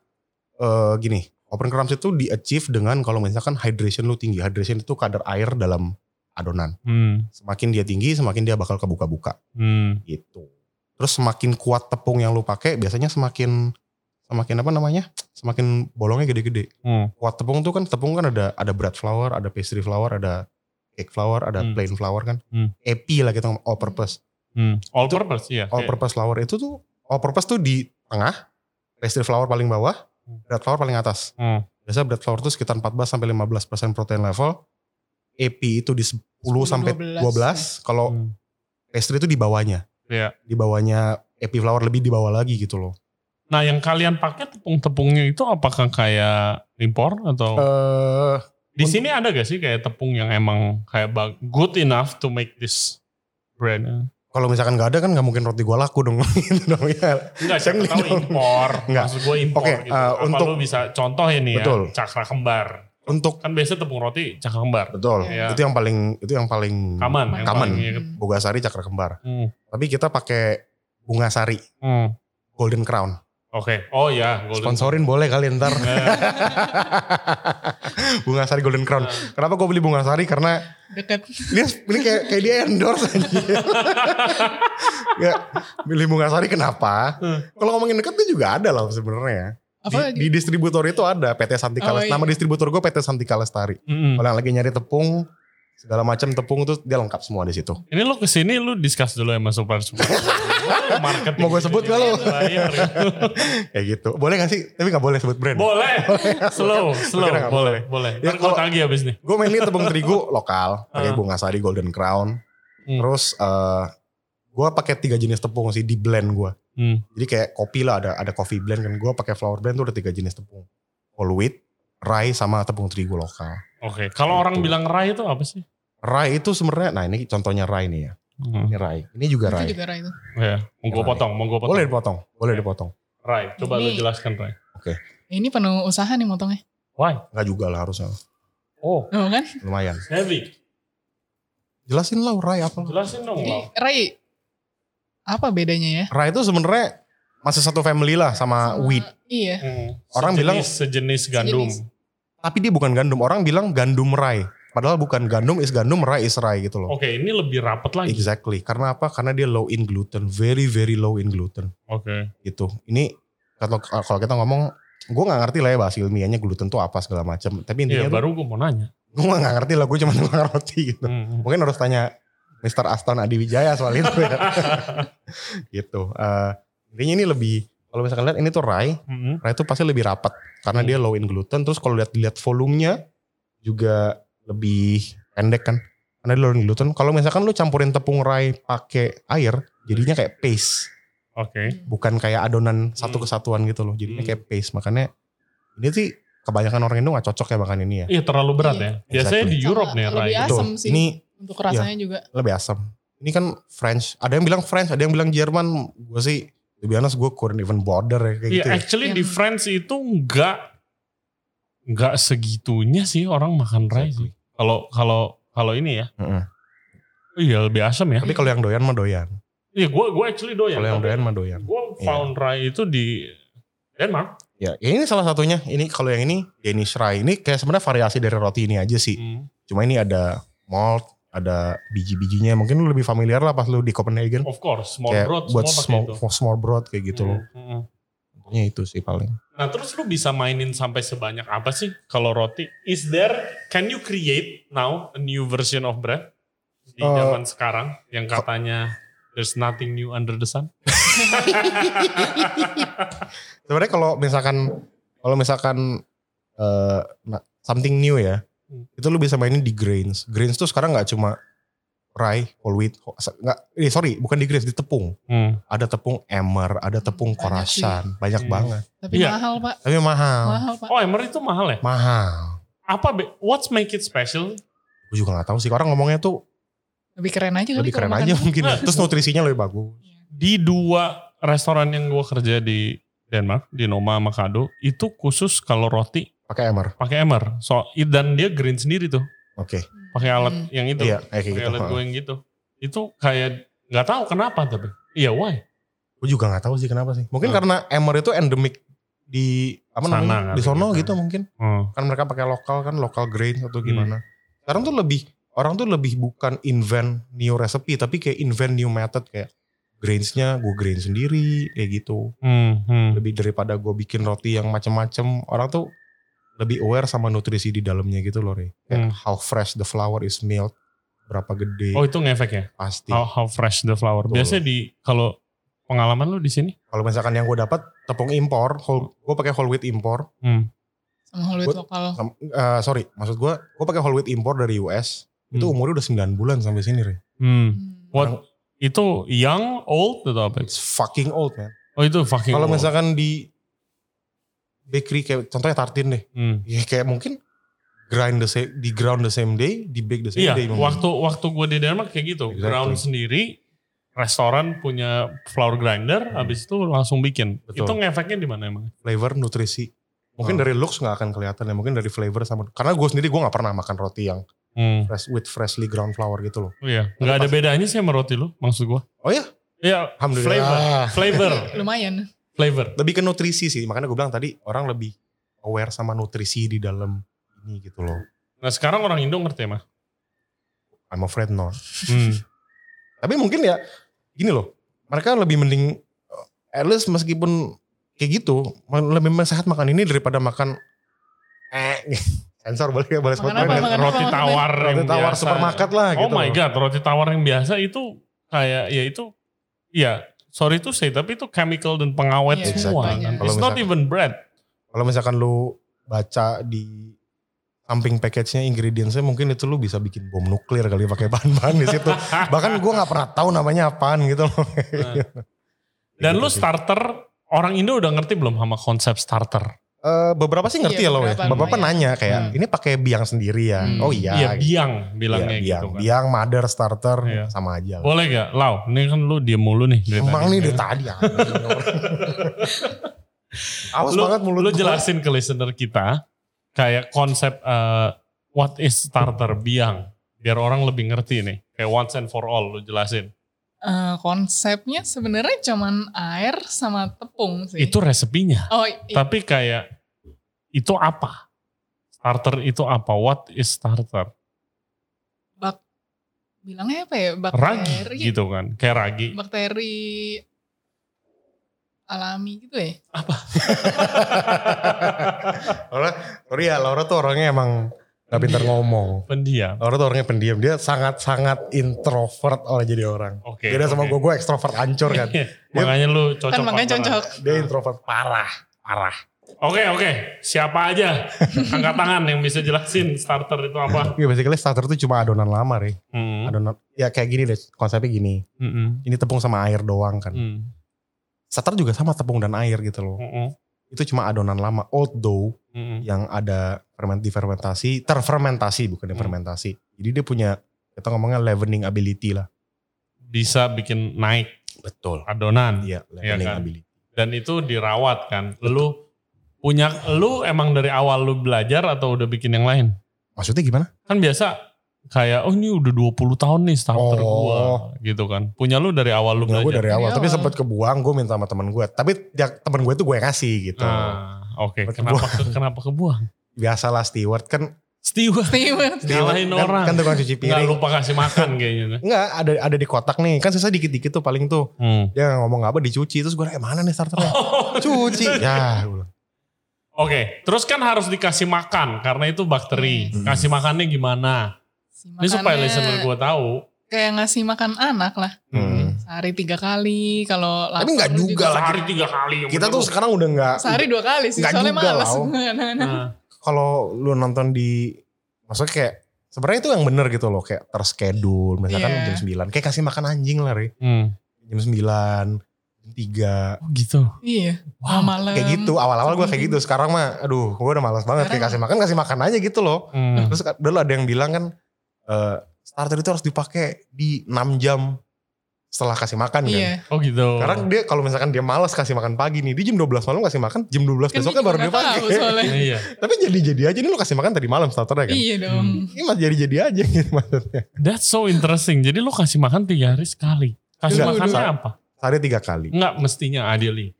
B: eh gini. Open crumb itu di achieve dengan kalau misalkan hydration lu tinggi. Hydration itu kadar air dalam adonan.
A: Hmm.
B: Semakin dia tinggi, semakin dia bakal kebuka-buka
A: Hmm.
B: gitu. Terus semakin kuat tepung yang lu pakai, biasanya semakin semakin apa namanya? Semakin bolongnya gede-gede.
A: Hmm.
B: Kuat tepung tuh kan tepung kan ada ada bread flour, ada pastry flour, ada cake flour, ada
A: Hmm.
B: plain flour kan.
A: Hmm.
B: Epi lah kita ngomong, all purpose.
A: Hmm. All
B: Itu-
A: purpose ya.
B: All purpose flour itu tuh all purpose tuh di tengah, pastry flour paling bawah,
A: Hmm.
B: bread flour paling atas.
A: Hmm.
B: Biasanya bread flour tuh sekitar 14 sampai 15% protein level. Epi itu di 10 sampai 12,
C: 12,
B: kalau
A: Hmm.
B: pastry itu di bawahnya.
A: Iya.
B: Di bawahnya epi flour lebih di bawah lagi gitu loh.
A: Nah, yang kalian pakai tepung-tepungnya itu apakah kayak impor atau
B: Eh,
A: di sini ada gak sih kayak tepung yang emang kayak bag- good enough to make this brand?
B: kalau misalkan nggak ada kan nggak mungkin roti gua laku dong gitu dong ya.
A: Enggak, siapa tahu
B: Saya nggak tahu.
A: impor.
B: Nggak.
A: Maksud gue impor
B: Oke,
A: gitu.
B: eh,
A: Apa
B: untuk-
A: lu bisa contoh ini ya,
B: Betul.
A: cakra kembar.
B: Untuk
A: Kan biasanya tepung roti cakra kembar.
B: betul.
A: Iya.
B: Itu yang paling itu yang paling
A: Kaman. yang
B: Kaman.
A: paling
C: gitu.
A: inget.
B: Bogasari Cakra Kembar.
A: Hmm.
B: Tapi kita pakai bunga sari
A: Hmm.
B: Golden Crown.
A: Oke. Oh ya. golden.
B: Sponsorin boleh kali
A: Nah,
B: ntar. bunga sari Golden Crown.
A: Iya.
B: Kenapa gue beli bunga sari? Karena
C: Deket.
B: ini, ini kayak, kayak dia endorse aja. ya, beli bunga sari kenapa?
A: Hmm.
B: Kalau ngomongin deket tuh juga ada lah sebenarnya. Di,
C: Apa gitu?
B: di distributor itu ada PT Santika
C: Oh,
B: Lestari.
C: iya.
B: Nama distributor gue PT Santika Lestari.
A: mm-mm.
B: Kalau yang lagi nyari tepung, segala macam tepung tuh dia lengkap semua di situ.
A: Ini lu kesini lu discuss dulu sama super super. Marketing.
B: Mau gue sebut nggak lu?
A: Bayar.
B: Kayak gitu. Boleh gak sih? Tapi gak boleh sebut brand.
A: boleh. slow, slow.
B: Kira nggak
A: Boleh, boleh. Ntar
B: Ya,
A: gue
B: kalau-
A: tagih abis nih.
B: gue mainnya tepung terigu lokal pakai
A: Ah.
B: bunga sari golden crown
A: Hmm.
B: terus eh gue pakai tiga jenis tepung sih di blend gue
A: Hmm.
B: jadi kayak kopi lah ada ada coffee blend kan gue pakai flour blend tuh ada tiga jenis tepung whole wheat rye sama tepung terigu lokal
A: Oke. Kalau orang
B: Gitu.
A: bilang rai itu apa sih?
B: rye itu sebenarnya nah ini contohnya rye nih ya
A: Hmm.
B: ini rye ini juga
C: itu
B: rye
C: juga Rai itu.
A: Ya. Mau gue
B: Rai.
A: potong, mau gue potong.
B: boleh dipotong boleh dipotong
A: Rai, coba lu
C: Ini-
A: jelaskan Rai.
C: Ini penuh usaha nih motongnya.
A: Why?
B: nggak juga lah harusnya
A: Oh,
C: Oh kan?
B: lumayan
A: heavy.
B: jelasin lah rye apa
A: Jelasin dong
C: Jadi
A: lo.
C: Rai apa bedanya ya?
B: rye itu sebenarnya masih satu family lah sama
C: Sama-
B: wheat
C: Iya.
A: Hmm.
B: Orang
A: sejenis,
B: bilang-
A: sejenis gandum.
B: tapi dia bukan gandum orang bilang gandum rye padahal bukan gandum is gandum rye is rye gitu loh
A: Oke, ini lebih rapat lagi.
B: exactly karena apa karena dia low in gluten very very low in gluten
A: Oke.
B: gitu ini kalau kalau kita ngomong gue nggak ngerti lah ya bahasa ilmiahnya gluten tuh apa segala macam tapi
A: Iya,
B: intinya tuh
A: baru gue mau nanya.
B: gue nggak ngerti lah gue cuma tukang roti gitu
A: Hmm.
B: mungkin harus tanya Mr. Aston Adi Wijaya soal itu ya. gitu Eh, intinya ini lebih kalau misalkan lihat ini tuh rye
A: Hmm.
B: Rye itu pasti lebih rapat karena
A: Hmm.
B: dia low in gluten. Terus kalau lihat lihat volumenya juga lebih pendek kan. Karena dia low in gluten. Kalau misalkan lu campurin tepung rye pakai air, jadinya kayak paste,
A: Oke.
B: bukan kayak adonan satu
A: Hmm.
B: kesatuan gitu loh. Jadinya
A: Hmm.
B: kayak paste. Makanya ini sih kebanyakan orang Indo nggak cocok ya makan ini ya.
A: Iya, terlalu berat
C: Iya.
A: ya. Biasanya di
C: Sama
A: Europe nih
C: lebih
A: Rai.
C: asam
B: Betul.
C: sih.
B: Ini
C: Untuk rasanya juga.
B: lebih asam. Ini kan French. Ada yang bilang French, ada yang bilang Jerman. Gue sih, to be honest, gue couldn't even border ya kayak
A: Iya,
B: gitu ya.
A: actually
C: Yang-
A: di France itu nggak nggak segitunya sih orang makan rai sih. Kalau kalau kalau ini ya,
B: Heeh.
A: iya lebih asam ya.
B: Tapi kalau yang doyan mah doyan.
A: Iya, gue gue actually doyan.
B: Kalau yang doyan mah doyan.
A: gue
B: Iya.
A: found rai itu di Denmark.
B: Ya, ya ini salah satunya. Ini kalau yang ini Danish rye ini kayak sebenarnya variasi dari roti ini aja sih.
A: Hmm.
B: Cuma ini ada malt, ada biji-bijinya. Mungkin lu lebih familiar lah pas lu di Copenhagen.
A: Of course, small
B: kayak
A: broad semua
B: buat
A: pakai
B: small,
A: itu.
B: small broad kayak gitu loh.
A: Hmm, hmm.
B: Pokoknya itu sih paling.
A: Nah, terus lu bisa mainin sampai sebanyak apa sih kalau roti? Is there can you create now a new version of bread di
B: Eh,
A: zaman sekarang yang katanya there's nothing new under the sun?
B: Sebenarnya kalau misalkan kalau misalkan eh, nah, something new ya,
A: Hmm.
B: itu lu bisa mainin di grains. Grains tuh sekarang nggak cuma rye, whole wheat, ho- nggak, eh, sorry, bukan di grains, di tepung.
A: Hmm.
B: Ada tepung emmer, ada tepung
C: Banyak sih.
B: korasan, banyak
A: Hmm.
B: banget.
C: Tapi
A: Iya.
C: mahal pak.
B: Tapi mahal,
C: Mahal pak.
A: Oh, emmer itu mahal ya?
B: mahal.
A: Apa be- what's make it special?
B: gue juga nggak tahu sih orang ngomongnya tuh
C: Lebih keren aja kali
B: lebih
C: kalau
B: keren
C: makan
B: aja
C: itu.
B: mungkin ya. terus nutrisinya lebih bagus
A: Di dua restoran yang gua kerja di Denmark, di Noma sama Kado, itu khusus kalau roti
B: pakai emmer
A: pakai emmer. So, dan dia green sendiri tuh,
B: oke
A: pakai alat
C: Hmm.
A: yang itu.
B: iya kayak
A: pakai
B: gitu
A: alat gue yang gitu. Itu kayak nggak tahu kenapa tapi. Iya, why?
B: gue juga nggak tahu sih kenapa sih mungkin
A: Hmm.
B: karena emmer itu endemik di apa
A: Sana
B: namanya
A: kali
B: di sono
A: gitu.
B: gitu mungkin
A: Hmm.
B: kan mereka pakai lokal kan lokal grain atau gimana sekarang tuh lebih orang tuh lebih bukan invent new recipe tapi kayak invent new method kayak grainsnya gue grain sendiri kayak gitu
A: Hmm, hmm.
B: lebih daripada gue bikin roti yang macem-macem orang tuh lebih aware sama nutrisi di dalamnya gitu loh Rey. Kayak
A: Hmm.
B: how fresh the flour is milled berapa gede
A: Oh itu ngefek ya?
B: pasti
A: How, how fresh the flower.
B: Betul.
A: Biasanya di kalau pengalaman lu di sini?
B: kalau misalkan yang gue dapat tepung impor gue pakai whole wheat impor
A: Hmm.
C: sama whole wheat
B: Buat-
C: lokal.
B: Sam- eh, sorry maksud gue gue pakai whole wheat impor dari US itu
A: Hmm.
B: umurnya udah 9 bulan sampai sini Rey.
A: Hmm.
C: Hmm.
A: What itu young, old atau apa?
B: it's fucking old man
A: Oh itu fucking.
B: kalau
A: old.
B: misalkan di bakery kayak contohnya tartin deh
A: Hmm.
B: ya kayak mungkin grind the same di ground the same day di bake the same
A: Iya,
B: day mungkin.
A: waktu waktu gue di Denmark kayak gitu,
B: gitu. Exactly.
A: ground sendiri, restoran punya flour grinder,
B: Hmm.
A: habis itu langsung bikin.
B: Betul.
A: Itu ngefeknya di mana emang?
B: flavor nutrisi mungkin
A: Hmm.
B: dari looks nggak akan kelihatan ya mungkin dari flavor sama karena gue sendiri gue nggak pernah makan roti yang
A: Hmm.
B: fresh with freshly ground flour gitu loh
A: Oh iya, nggak ada
B: pasti-
A: bedanya sih sama roti lu, maksud gue.
B: oh ya
A: Iya, flavor,
B: alhamdulillah
A: flavor,
C: Hmm. Lumayan.
A: flavor.
B: lebih ke nutrisi sih makanya gue bilang tadi orang lebih aware sama nutrisi di dalam ini gitu loh
A: Nah sekarang orang Indo ngerti mah.
B: I'm afraid not
A: Hmm.
B: tapi mungkin ya gini loh mereka lebih mending eh, at least meskipun kayak gitu men- lebih sehat makan ini daripada makan eh sensor balik ya balas
C: Makan
B: konten
C: apa,
B: ya.
C: makan
A: roti
C: apa,
A: tawar yang
B: roti tawar
A: biasa.
B: supermarket lah
A: Oh
B: gitu
A: my
B: loh.
A: god, roti tawar yang biasa itu kayak ya itu ya sorry to say tapi itu chemical dan pengawet
C: Iya,
A: semua. kan.
C: banyak.
B: Kalau
A: It's not
B: misalkan-
A: even bread.
B: kalau misalkan lu baca di samping package-nya ingredients-nya mungkin itu lu bisa bikin bom nuklir kali pakai bahan-bahan di situ. Bahkan gua nggak pernah tahu namanya apaan gitu loh.
A: Nah. Dan
B: Gitu
A: lu
B: sih.
A: starter orang Indo udah ngerti belum sama konsep starter?
B: Eh, beberapa sih ngerti ya
C: Iya,
B: lo ya. Bapak
C: beberapa lumayan.
B: nanya kayak
A: Hmm.
B: ini pakai biang sendiri ya.
C: Hmm.
B: Oh iya.
A: Iya
B: gitu.
A: biang bilangnya
B: Iya, biang,
A: gitu kan.
B: biang, mother, starter
A: Iya.
B: sama aja.
A: Boleh gak? Lau, ini kan lu diem mulu nih. dari
B: Emang
A: tadi.
B: nih dari tadi ya. Awas
A: lu,
B: banget mulut
A: lu
B: gua.
A: jelasin ke listener kita kayak konsep eh, what is starter biang biar orang lebih ngerti nih kayak once and for all lu jelasin
C: Eh, konsepnya sebenarnya cuman air sama tepung sih.
A: itu resepinya
C: Oh iya.
A: tapi kayak itu apa starter itu apa what is starter
C: bilangnya apa ya?
A: ragi
C: Bakteri.
A: gitu kan kayak ragi
C: Bakteri alami gitu ya.
B: Laura, sorry ya Laura tuh orangnya emang gak pintar ngomong.
A: pendiam
B: Laura tuh orangnya pendiam, dia sangat-sangat introvert oleh jadi orang.
A: oke
B: Beda sama
A: oke.
B: gue, gue ekstrovert ancur kan.
A: makanya lu cocok
C: Kan makanya
A: partneran.
C: cocok.
B: Dia introvert parah, parah.
A: Oke oke, siapa aja angkat tangan yang bisa jelasin starter itu apa?
B: Ya basically starter tuh cuma adonan lama, Re.
A: Hmm.
B: Adonan, ya kayak gini deh, konsepnya gini.
A: Mm-mm.
B: Ini tepung sama air doang kan.
A: Mm.
B: Starter juga sama tepung dan air gitu loh.
A: Mm-mm.
B: Itu cuma adonan lama, old dough
A: Mm-mm.
B: yang ada ferment, difermentasi, terfermentasi
A: Hmm.
B: bukan fermentasi. Jadi dia punya, kita ngomongnya leavening ability lah.
A: Bisa bikin naik
B: Betul.
A: adonan
B: Iya, leavening
A: kan?
B: ability.
A: dan itu dirawat kan. Lu punya lu emang dari awal lu belajar atau udah bikin yang lain?
B: Maksudnya gimana?
A: Kan biasa kayak oh ini udah 20 tahun nih starter
B: Oh.
A: gua gitu kan. Punya lu dari awal lu
B: Enggak, gue
A: belajar.
B: dari awal,
C: Dari
B: tapi
C: Iya, awal.
B: sempat kebuang gue minta sama teman gue. Tapi ya, teman gue itu gue yang ngasih gitu.
A: Nah, oke.
B: Buat
A: Kenapa ke, kenapa kebuang?
B: Biasalah steward kan
A: Steward
C: Steamer.
B: steward
A: Nyalahin
B: kan,
A: orang.
B: kan tukang cuci
A: nggak
B: piring.
A: lupa kasih makan kayaknya.
B: Enggak, ada ada di kotak nih. Kan susah dikit-dikit tuh paling tuh.
A: Hmm.
B: Dia ngomong apa dicuci. Terus gue eh mana nih starternya?
A: Oh.
B: Cuci. Ya, gue bilang.
A: Oke, terus kan harus dikasih makan karena itu bakteri.
B: Hmm.
A: Kasih makannya gimana?
C: Si
A: Ini supaya
C: makannya
A: listener gue tahu.
C: Kayak ngasih makan anak lah.
B: Hmm.
C: Sehari tiga kali. Kalau
B: Tapi
C: lapar
B: nggak juga lah.
A: Sehari tiga kali. yang
B: Kita
A: bener
B: tuh
A: lu.
B: sekarang udah enggak
C: Sehari dua kali sih.
B: Nggak
C: Soalnya
B: juga, oh.
C: males.
B: Lau.
C: Anak-anak.
A: Nah,
B: kalau lu nonton di maksudnya kayak sebenarnya itu yang bener gitu loh kayak terschedule misalkan
C: Iya.
B: jam 9 kayak kasih makan anjing lah Re.
A: hmm.
B: jam 9 jam 3
A: Oh gitu.
C: Iya.
A: Wow.
C: malam.
B: kayak gitu awal-awal gue kayak gitu
C: hmm.
B: sekarang mah aduh gue udah malas banget kayak kasih makan kasih makan aja gitu loh
A: Hmm.
B: terus dulu ada yang bilang kan eh, starter itu harus dipakai di 6 jam setelah kasih makan kan
C: Iya.
A: Oh gitu.
B: karena dia kalau misalkan dia malas kasih makan pagi nih dia jam 12 malam kasih makan jam 12
C: Kan
B: besoknya
C: juga
B: baru
C: nggak
B: dipakai
C: tahu soalnya.
A: iya.
B: tapi jadi-jadi aja ini lo kasih makan tadi malam starternya kan
C: Iya dong.
A: Hmm.
B: ini masih jadi-jadi aja gitu maksudnya
A: That's so interesting. Jadi lu kasih makan tiga hari sekali. Kasih
B: Enggak,
A: makannya
B: enggak.
A: apa?
B: sehari tiga kali
A: Enggak mestinya ideally.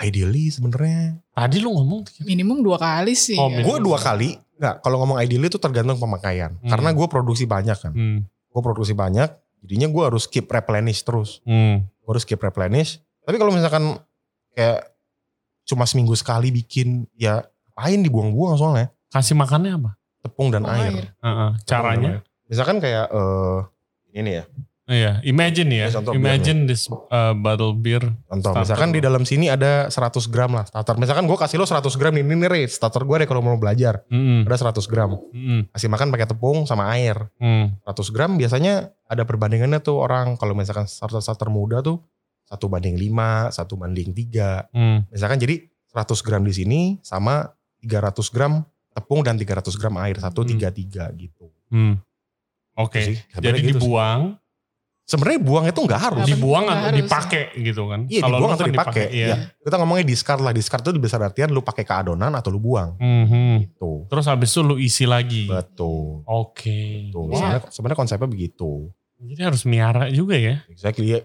B: ideally sebenarnya
A: Tadi lu ngomong tiga.
C: Minimum dua kali sih.
A: Oh,
C: ya.
A: minimum.
B: gue dua kali Nggak, kalau ngomong ideal itu tergantung pemakaian.
A: Hmm.
B: Karena gue produksi banyak kan.
A: Hmm.
B: Gue produksi banyak, jadinya gue harus keep replenish terus.
A: Hmm.
B: Gue harus keep replenish. Tapi kalau misalkan kayak cuma seminggu sekali bikin, ya apain dibuang-buang soalnya.
A: Kasih makannya apa?
B: Tepung dan
C: Oh,
B: air.
C: air.
A: Heeh, caranya?
B: Misalkan kayak eh ini nih ya,
A: Iya, imagine ya.
B: Ini contoh
A: Imagine this uh, bottle beer.
B: contoh.
A: Starter.
B: Misalkan di dalam sini ada 100 gram lah starter. Misalkan gue kasih lo 100 gram ini nih Re, starter gue deh kalau mau belajar.
A: Mm-mm,
B: Ada 100 gram.
A: mm-mm,
B: Kasih makan pakai tepung sama air.
A: mm.
B: 100 gram biasanya ada perbandingannya tuh orang kalau misalkan starter-starter muda tuh satu banding 5, satu banding 3.
A: Hmm,
B: Misalkan jadi 100 gram di sini sama 300 gram tepung dan 300 gram air,
A: Hmm.
B: satu tiga tiga gitu.
A: hmm. Oke,
B: Itu sih,
A: jadi
B: sebenarnya gitu sih.
A: dibuang, Iya.
B: Sebenarnya buang itu nggak harus.
C: Nggak
A: dibuang atau
C: penting, nggak harus.
A: dipakai gitu kan?
B: Iya,
A: Kalau
B: dibuang
A: lu
B: atau
A: kan
B: dipakai,
A: dipakai, Iya.
C: iya.
B: Kita ngomongnya discard lah, discard tuh bisa artian lu pakai ke adonan atau lu buang.
A: Mhm.
B: Tuh.
A: Terus habis itu lu isi lagi.
B: Iya. Betul.
A: Oke.
B: Tuh,
C: Iya.
B: sebenarnya sebenarnya konsepnya begitu.
A: Jadi harus miara juga ya?
B: Exactly. Ya,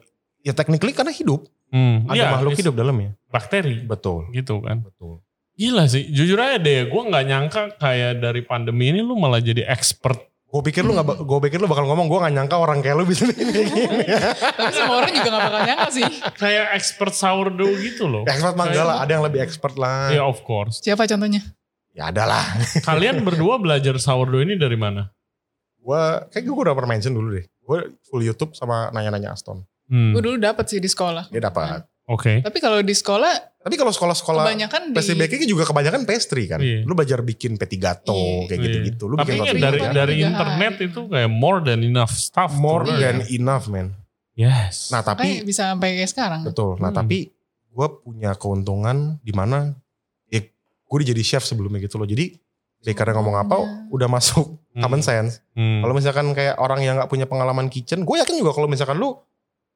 B: ya technically karena hidup,
A: Hmm.
B: ada
A: iya,
B: makhluk
A: it's
B: hidup dalamnya.
A: Bakteri
B: Betul.
A: gitu kan?
B: Betul.
A: Gila sih, jujur aja deh, gue nggak nyangka kayak dari pandemi ini lu malah jadi expert.
B: Gue pikir lu nggak, gue pikir lu bakal ngomong gue nggak nyangka orang kayak lu bisa bikin kayak gini.
A: Oh.
C: Tapi semua orang juga gak bakal nyangka sih.
A: kayak expert sourdough gitu loh.
B: expert mah enggak lah, ada yang lebih expert lah. Ya,
A: Ya of course.
C: Siapa contohnya?
B: ada lah.
A: Kalian berdua belajar sourdough ini dari mana?
B: Gue kayak gue udah pernah mention dulu deh. Gue full YouTube sama nanya-nanya Aston.
A: Hmm.
C: Gue
A: Oke.
C: dulu dapat sih di sekolah.
B: Dia
A: Hmm.
B: dapat.
C: Tapi kalau di sekolah
B: Tapi kalau sekolah-sekolah
C: kebanyakan di
B: pastry baking juga kebanyakan pastry kan.
A: Iya.
B: Lu belajar bikin petigato
C: Iya.
B: kayak gitu-gitu. Lu
A: Tapi
B: bikin
A: ya
B: roti
A: dari
B: kan.
C: Tiga
A: dari
C: hari.
A: internet itu kayak more than enough stuff. to
B: more
A: learn.
B: than enough man.
A: Yes.
B: Nah
C: makanya
B: tapi
C: bisa sampai kayak sekarang.
B: betul. Nah
A: Hmm.
B: tapi gue punya keuntungan di mana ya, gue jadi chef sebelumnya gitu loh. Jadi karena ngomong apa udah masuk
A: Hmm.
B: common sense.
A: Hmm.
B: Kalau misalkan kayak orang yang nggak punya pengalaman kitchen, gue yakin juga kalau misalkan lu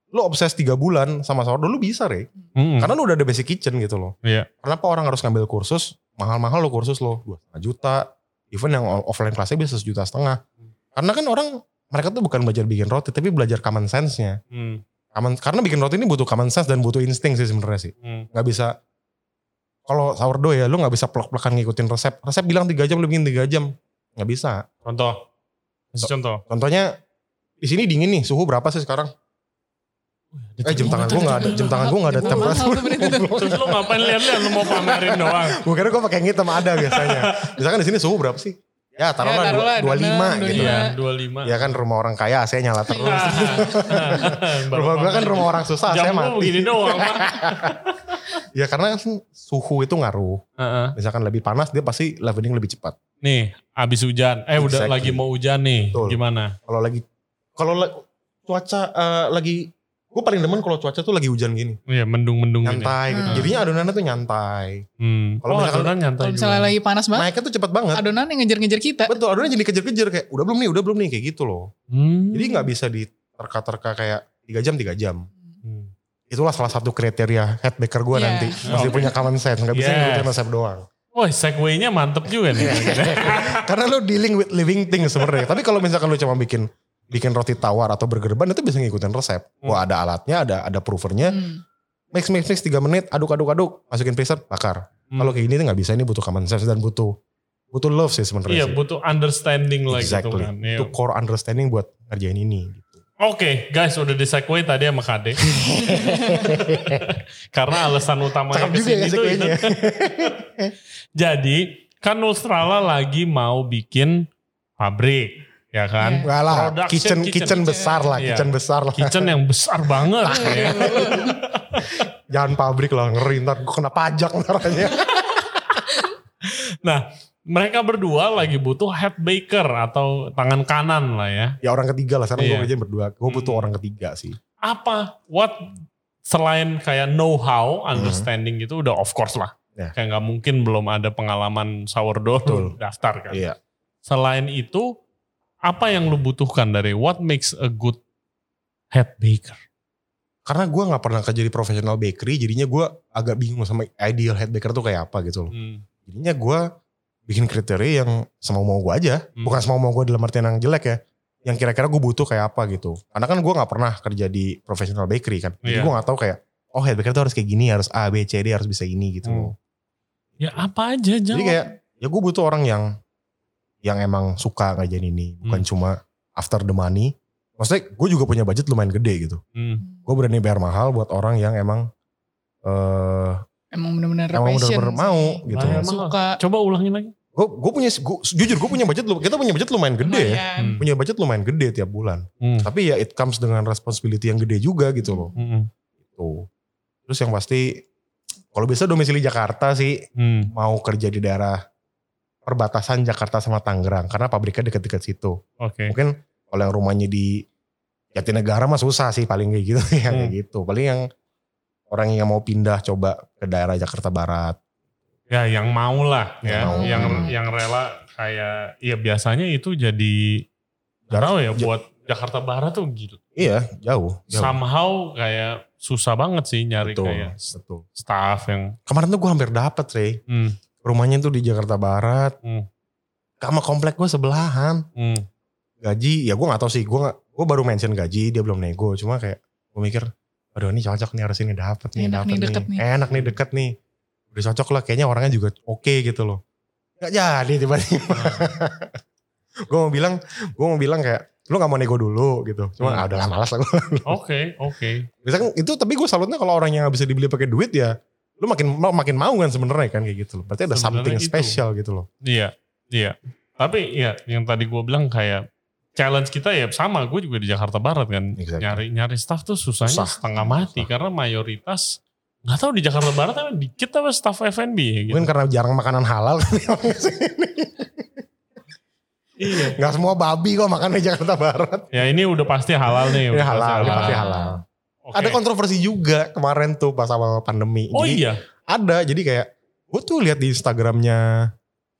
B: lu obses 3 bulan sama sourdough lu bisa, Re.
A: Hmm.
B: Karena lu udah ada basic kitchen gitu loh.
A: Iya.
B: Kenapa orang harus ngambil kursus mahal-mahal lo kursus lo 2,5 juta. Even yang offline kelasnya bisa sejuta setengah. Karena kan orang mereka tuh bukan belajar bikin roti tapi belajar common sense-nya.
A: Hmm.
B: Common, karena bikin roti ini butuh common sense dan butuh insting sih sebenarnya sih.
A: Hmm.
B: Nggak bisa kalau sourdough ya lu nggak bisa plek-plekan ngikutin resep. Resep bilang 3 jam lu bikin 3 jam. Nggak bisa.
A: Contoh. Kasih contoh.
B: Contohnya di sini dingin nih, suhu berapa sih sekarang? Eh jam tangan gue nggak ada, jam tangan gue nggak ada
C: Gua
B: temperatur.
C: mahal tuh bener-bener.
A: Terus lu ngapain lihat-lihat lu mau pamerin doang.
B: Gue kira gue pakai yang hitam ada biasanya. Misalkan di sini suhu berapa sih? Ya
C: Ya, taruhlah,
B: taruhlah dua lima
C: enam,
B: gitu.
A: Iya, 25.
B: Ya kan rumah orang kaya AC nyala
C: Iya.
B: terus.
A: Baru
B: rumah gue kan
A: pamer.
B: rumah orang susah AC
A: Jam lu begini
B: mati.
A: doang. Pak.
B: Ya karena kan suhu itu ngaruh.
A: Heeh.
B: Misalkan lebih panas dia pasti leveling lebih cepat.
A: Nih, abis hujan. Eh udah
B: Exactly.
A: lagi mau hujan nih.
B: Betul.
A: Gimana?
B: Kalau lagi kalau la- cuaca eh, lagi gue paling demen kalau cuaca tuh lagi hujan gini,
A: Iya, mendung-mendung gini.
B: nyantai gitu.
C: Hmm.
B: Jadinya adonannya tuh nyantai.
A: Hmm.
B: Kalau
A: oh,
B: misalkan-
A: adonan nyantai
C: Kalau misalnya lagi panas banget,
B: Naiknya tuh cepet banget.
C: adonan yang ngejar-ngejar kita.
B: Betul, adonannya jadi kejar-kejar kayak udah belum nih, udah belum nih kayak gitu loh.
A: Hmm.
B: Jadi nggak bisa diterka-terka kayak 3 jam 3 jam.
A: Hmm.
B: Itulah salah satu kriteria head baker gue
C: Iya.
B: nanti. Mesti
A: Oke.
B: punya common sense, nggak bisa
A: Yes.
B: ngikutin resep doang.
A: Wah, Oh, segway-nya mantep juga nih.
B: Iya. Karena lu dealing with living things sebenarnya. Tapi kalau misalkan lu cuma bikin bikin roti tawar atau burger bun itu bisa ngikutin resep.
A: Hmm.
B: Wah ada alatnya, ada ada provernya.
C: Hmm.
B: Mix mix mix 3 menit, aduk aduk aduk, masukin freezer, bakar.
A: Hmm.
B: Kalau kayak gini tuh nggak bisa, ini butuh common sense dan butuh butuh love
A: Iya,
B: sih sebenarnya. sih.
A: butuh understanding lah gitu
B: Exactly.
A: kan. Iya.
B: Itu core understanding buat ngerjain ini.
A: Oke, guys, udah di segway tadi sama Kade. Karena alasan utamanya
B: Cakep juga ya
A: kesini tuh iya. itu.
B: kayaknya.
A: Jadi, kan Australia lagi mau bikin pabrik, ya kan?
B: Enggak lah,
A: Production,
B: kitchen,
A: kitchen.
B: kitchen besar lah,
A: Iya.
B: kitchen besar lah.
A: Kitchen yang besar banget. ya.
B: Jangan pabrik lah, ngeri ntar gue kena pajak ntaranya.
A: Nah, mereka berdua lagi butuh head baker atau tangan kanan lah ya.
B: ya orang ketiga lah, sekarang
A: Iya.
B: gue kerjain berdua. Gue butuh
A: Hmm.
B: orang ketiga sih.
A: Apa? What selain kayak know how, understanding gitu udah of course lah.
B: Hmm. Ya.
A: Kayak nggak mungkin belum ada pengalaman sourdough
B: Betul.
A: lu daftar kan.
B: Iya.
A: Selain itu apa yang lu butuhkan dari what makes a good head baker?
B: Karena gue gak pernah kerja di professional bakery, jadinya gue agak bingung sama ideal head baker tuh kayak apa gitu loh. Jadinya gue bikin kriteria yang semau mau gue aja.
A: Hmm.
B: Bukan semau mau gue dalam artian yang jelek ya. Yang kira-kira gue butuh kayak apa gitu. Karena kan gue gak pernah kerja di professional bakery kan.
A: Iya.
B: Jadi gue gak tahu kayak, oh head baker tuh harus kayak gini, harus A, B, C, D, harus bisa ini gitu
A: Hmm. Ya apa aja jawab.
B: Jadi kayak ya gue butuh orang yang yang emang suka ngajain ini bukan
A: Hmm.
B: cuma after the money maksudnya gue juga punya budget lumayan gede gitu
A: Hmm.
B: gue berani bayar mahal buat orang yang emang eh
C: Emang bener-bener
B: emang
C: passion
B: bener-bener mau
C: sih.
B: gitu
A: Bayar.
C: Suka.
A: Coba ulangin lagi.
B: gue gue punya gua- jujur gue punya budget lu- kita punya budget lumayan gede ya
C: lumayan.
A: Hmm.
B: punya budget lumayan gede tiap bulan
A: Hmm.
B: tapi ya it comes dengan responsibility yang gede juga gitu loh
A: Hmm.
B: tuh terus yang pasti kalau biasa domisili Jakarta sih
A: Hmm.
B: mau kerja di daerah perbatasan Jakarta sama Tangerang karena pabriknya deket-deket situ
A: Oke.
B: mungkin kalau yang rumahnya di Jatinegara mah susah sih paling kayak gitu ya
A: Hmm.
B: kayak gitu paling yang orang yang mau pindah coba ke daerah Jakarta Barat
A: Ya yang mau lah
B: Yang
A: ya,
B: mau.
A: yang yang rela kayak ya biasanya itu jadi gak tau ya
B: Ja-
A: buat Jakarta Barat tuh gitu.
B: iya jauh, jauh.
A: Somehow kayak susah banget sih nyari
B: betul
A: kayak
B: betul
A: staff yang
B: kemarin tuh gue hampir dapet Rey
A: hmm,
B: rumahnya tuh di Jakarta Barat
A: Hmm.
B: sama komplek gue sebelahan
A: hmm,
B: gaji ya gue nggak tahu sih gue nggak gue baru mention gaji dia belum nego cuma kayak gue mikir aduh ini cocok nih harus ini dapet nih
C: Enak
B: dapet
C: nih,
B: nih,
C: deket nih.
B: enak nih deket nih udah cocok lah kayaknya orangnya juga oke gitu loh nggak jadi tiba-tiba gue mau bilang gue mau bilang kayak lu nggak mau nego dulu gitu cuma
A: Hmm.
B: ah, udahlah malas lah
A: Oke, oke.
B: bisa kan itu tapi gue salutnya kalau orang yang nggak bisa dibeli pakai duit ya lu makin mau- makin mau kan sebenarnya kan kayak gitu loh berarti ada
A: Sebenarnya
B: something
A: itu.
B: special gitu loh
A: Iya, iya. Tapi ya yang tadi gue bilang kayak challenge kita ya sama. Gue juga di Jakarta Barat kan.
B: Exactly.
A: Nyari nyari staff tuh susahnya
B: Susah.
A: setengah mati karena mayoritas nggak tahu di Jakarta Barat emang dikit apa staff F&B ya gitu.
B: mungkin karena jarang makanan halal kan.
A: Iya.
B: nggak semua babi kok makan di Jakarta Barat
A: Ya ini udah pasti halal nih.
B: ini
A: udah
B: halal ini
C: halal.
B: pasti halal
A: Ya, Oke.
B: Ada kontroversi juga kemarin tuh pas awal pandemi.
A: Oh
B: jadi
A: iya.
B: ada. Jadi kayak gue tuh lihat di Instagramnya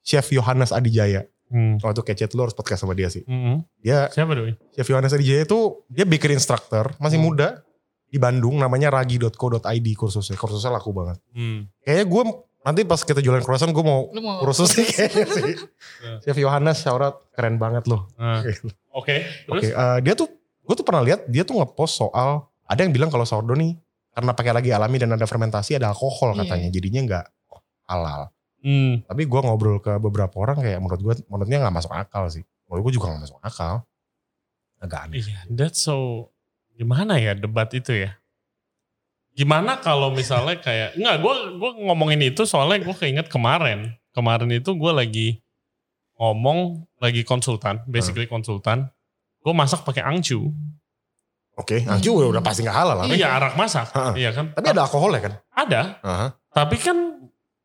B: Chef Yohanes Adijaya.
A: Hmm.
B: Waktu kece lu harus podcast sama dia sih.
A: Mm-mm.
B: Dia
A: Siapa doi?
B: Chef Yohanes Adijaya Ya, itu dia baker instructor masih
A: Hmm.
B: muda di Bandung namanya ragi.co.id kursusnya. Kursusnya laku banget.
A: Hmm.
B: Kayaknya gue nanti pas kita jualan croissant gue mau
C: Lu mau
B: kursus nih kayaknya sih.
A: Ya.
B: Chef Yohanes shout out, keren banget loh.
A: Nah,
B: Oke.
A: Oke. Terus?
B: Oke, eh, dia tuh gue tuh pernah lihat dia tuh ngepost soal ada yang bilang kalau sourdough nih karena pakai lagi alami dan ada fermentasi ada alkohol
C: Iya.
B: katanya jadinya nggak halal.
A: Hmm.
B: Tapi gue ngobrol ke beberapa orang kayak menurut gue menurutnya nggak masuk akal sih. Menurut gue juga nggak masuk akal. Agak aneh.
A: Iya, that's so gimana ya debat itu ya? Gimana kalau misalnya kayak nggak gue gua ngomongin itu soalnya gue keinget kemarin kemarin itu gue lagi ngomong lagi konsultan basically konsultan gue masak pakai angcu
B: Oke, angcu
A: Hmm.
B: udah, udah pasti nggak halal lah. Ri.
A: iya arak masak
B: Ha-ha.
A: iya kan
B: Tapi ada alkoholnya kan?
A: ada
B: Aha.
A: tapi kan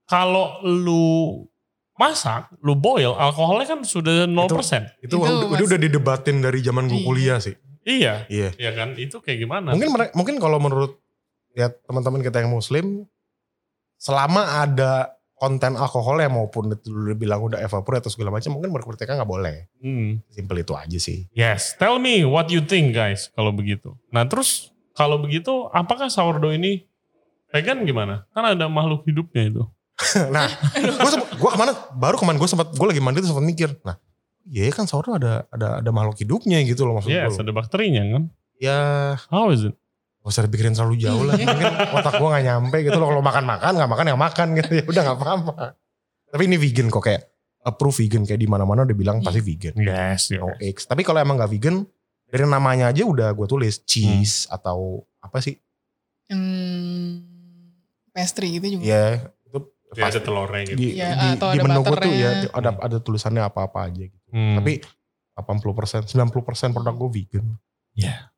A: kalau lu masak lu boil alkoholnya kan sudah 0%
B: Itu,
C: Itu
B: udah,
C: mas-
B: udah didebatin dari zaman gue
C: Iya.
B: kuliah sih.
A: iya
B: Iya.
A: iya kan itu kayak gimana
B: Mungkin mere- mungkin kalau menurut ya teman-teman kita yang muslim selama ada konten alkoholnya maupun itu lu bilang udah evaporate atau segala macam mungkin menurut mereka nggak boleh.
A: Hmm.
B: Simpel itu aja sih.
A: Yes, tell me what you think guys kalau begitu. Nah terus kalau begitu apakah sourdough ini vegan gimana? Kan ada makhluk hidupnya itu.
B: nah, gue gua kemana? Baru kemarin gue sempat gue lagi mandi terus sempat mikir, nah, iya kan sourdough ada ada ada makhluk hidupnya gitu loh maksud
C: Iya,
A: Yes,
B: gue.
A: ada bakterinya kan.
B: Ya,
A: How is it?
B: gak usah dipikirin terlalu
C: Iya.
B: jauh lah. Mungkin otak gue gak nyampe gitu loh. Kalau makan-makan, gak makan ya makan gitu. Ya udah gak apa-apa. Tapi ini vegan kok kayak approve vegan kayak di mana-mana udah bilang
C: Iya.
B: pasti vegan.
A: Yes, yo.
B: no eggs. Tapi kalau emang gak vegan, dari namanya aja udah gue tulis cheese
C: Hmm.
B: atau apa sih?
C: yang pastry gitu juga.
B: Ya itu
A: Dia ada telurnya gitu.
B: di,
C: Iya,
B: di,
C: atau
B: di
C: ada
B: menu gue
C: butternya.
B: tuh ya ada ada tulisannya apa-apa aja gitu.
A: Hmm.
B: Tapi 80%, 90% produk gue vegan.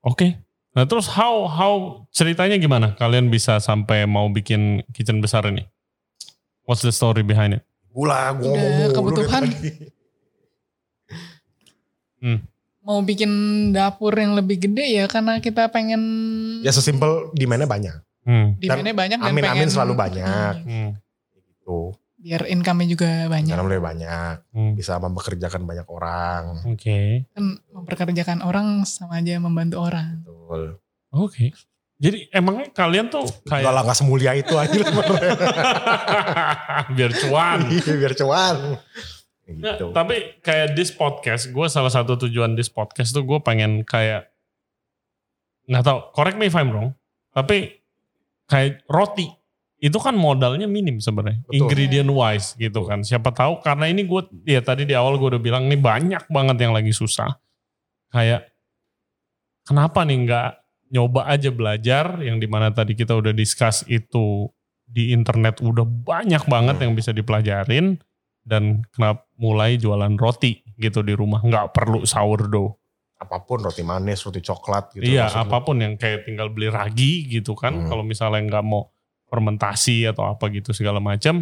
A: oke. Nah terus how how ceritanya gimana? Kalian bisa sampai mau bikin kitchen besar ini? What's the story behind it?
B: Gula, gue
C: Udah,
B: ngomong mulu dari
C: kebutuhan.
B: tadi.
C: Mau bikin dapur yang lebih gede ya karena kita pengen
B: Ya sesimpel demand-nya banyak.
A: Hmm.
C: demandnya banyak dan
B: amin-amin
C: pengen
B: selalu banyak.
C: Hmm,
A: Hmm.
B: Tuh,
C: biar income-nya juga banyak
B: karena lebih gitu. banyak.
A: Hmm.
B: Bisa mempekerjakan banyak orang.
A: Oke.
C: kan memperkerjakan orang sama aja membantu orang
B: Betul.
A: Oke. Jadi emangnya kalian tuh
B: Enggak
A: kayak
B: lah, gak semulia itu aja. lah, bener.
A: biar cuan.
B: Iya, Biar cuan.
A: Ya,
B: Gitu.
A: tapi kayak this podcast, gue salah satu tujuan this podcast tuh gue pengen kayak nggak tahu, correct me if I'm wrong, tapi kayak roti itu kan modalnya minim sebenarnya
B: Betul.
A: ingredient wise gitu kan siapa tahu karena ini gue ya tadi di awal gue udah bilang nih banyak banget yang lagi susah kayak kenapa nih nggak nyoba aja belajar yang dimana tadi kita udah discuss itu di internet udah banyak banget yang bisa dipelajarin dan kenapa mulai jualan roti gitu di rumah nggak perlu sourdough
B: apapun roti manis, roti coklat gitu.
A: iya,
B: maksud lu.
A: apapun yang kayak tinggal beli ragi gitu kan.
B: Hmm.
A: Kalau misalnya nggak mau fermentasi atau apa gitu segala macam,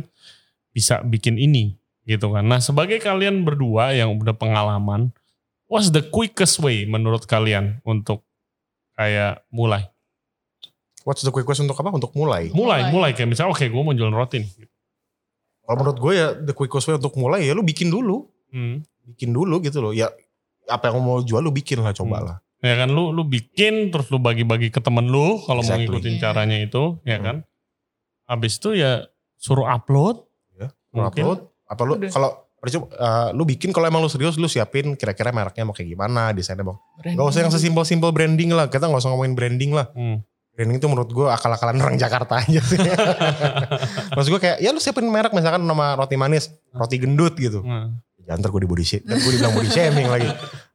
A: bisa bikin ini gitu kan. Nah, sebagai kalian berdua yang udah pengalaman, what's the quickest way menurut kalian untuk kayak mulai?
B: What's the quick question untuk apa? Untuk mulai.
A: Mulai,
C: Mulai.
A: mulai kayak misalnya oke gue mau jualan roti nih.
B: Kalau menurut gue ya the quickest way untuk mulai ya lu bikin dulu.
A: Hmm.
B: Bikin dulu gitu loh. Ya apa yang mau jual lu bikin lah cobalah.
A: Ya kan lu lu bikin terus lu bagi-bagi ke temen lu kalau mau
B: Exactly.
A: ngikutin
C: Iya.
A: caranya itu, ya
B: Hmm.
A: kan? Habis itu ya suruh upload.
B: Ya, Lu
A: mungkin.
B: upload apa lu
C: Udah.
B: kalau percuma eh, lu bikin kalau emang lu serius lu siapin kira-kira mereknya mau kayak gimana, desainnya mau. Gak usah yang sesimpel-simpel branding lah. Kita gak usah ngomongin branding lah.
A: Hmm.
B: Branding itu menurut gue akal-akalan orang Jakarta aja sih. Maksud gue kayak ya lu siapin merek misalkan nama roti manis, roti gendut gitu.
A: Nah.
B: Ya ntar gue di body shaming, gue dibilang body shaming lagi.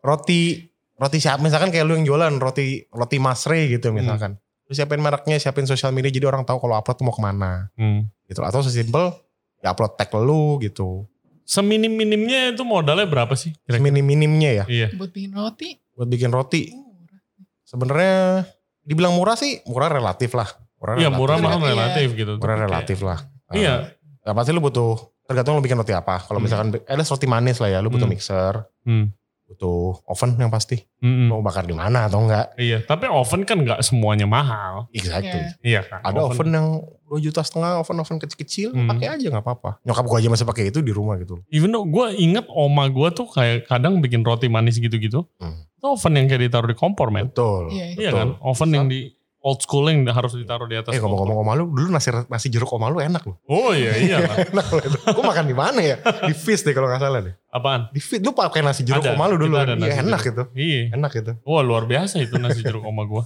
B: Roti roti siapa misalkan kayak lu yang jualan roti roti masre gitu
A: Hmm.
B: misalkan. Lu siapin mereknya, siapin sosial media jadi orang tahu kalau upload tuh mau kemana
A: Hmm.
B: gitu. Atau sesimpel ya upload tag lu gitu.
A: Seminim-minimnya itu modalnya berapa sih? Kira-kira?
B: Minim-minimnya ya
A: Iya.
C: buat bikin roti
B: buat bikin roti. Sebenarnya dibilang murah sih, murah relatif lah. Murah
A: Iya murah
C: Relatif.
A: mahal
C: Iya.
A: relatif gitu.
B: Murah
A: Tapi kayak-
B: relatif lah.
A: Iya.
B: Ya pasti lu butuh tergantung lu bikin roti apa. Kalau
A: Hmm.
B: misalkan eh, let's roti manis lah ya, lu butuh
A: Hmm.
B: mixer,
A: Hmm.
B: butuh oven yang pasti.
A: Mm-mm.
B: Mau bakar di mana atau enggak?
A: Iya. Tapi oven kan nggak semuanya mahal.
B: Exactly.
A: Iya
C: Iya.
A: kan.
B: Ada oven, yang 2 juta setengah, oven-oven kecil-kecil,
A: Hmm.
B: pakai aja nggak apa-apa. Nyokap gua aja masih pakai itu di rumah gitu.
A: Even though gue inget oma gue tuh kayak kadang bikin roti manis gitu-gitu.
B: Hmm.
A: Itu oven yang kayak ditaruh di kompor men.
B: Betul.
C: Iya,
A: Iya kan. Oven yang di old school yang harus ditaruh di atas
B: Eh
A: kompor.
B: ngomong-ngomong oma lu, dulu nasi, nasi jeruk oma lu enak loh.
A: Oh iya iya. lah.
B: enak loh itu. Gua makan di mana ya? Di Fis deh kalau nggak salah deh.
A: Apaan?
B: Di Fis, lu pakai nasi jeruk
A: Ada,
B: oma lu dulu.
A: kita ada nasi
B: Iya enak
A: jeruk.
B: gitu.
A: Iya.
B: Enak gitu.
A: Wah luar biasa itu nasi jeruk oma gue.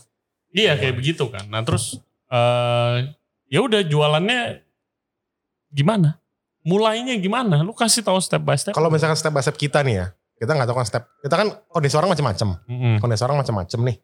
A: Iya kayak begitu kan. Nah terus eh ya udah jualannya gimana? Mulainya gimana? Lu kasih tahu step by step.
B: Kalau misalkan step by step kita nih ya, kita nggak tahu kan step, kita kan kondisi orang macam-macam.
A: Mm-mm.
B: Kondisi orang macam-macam nih.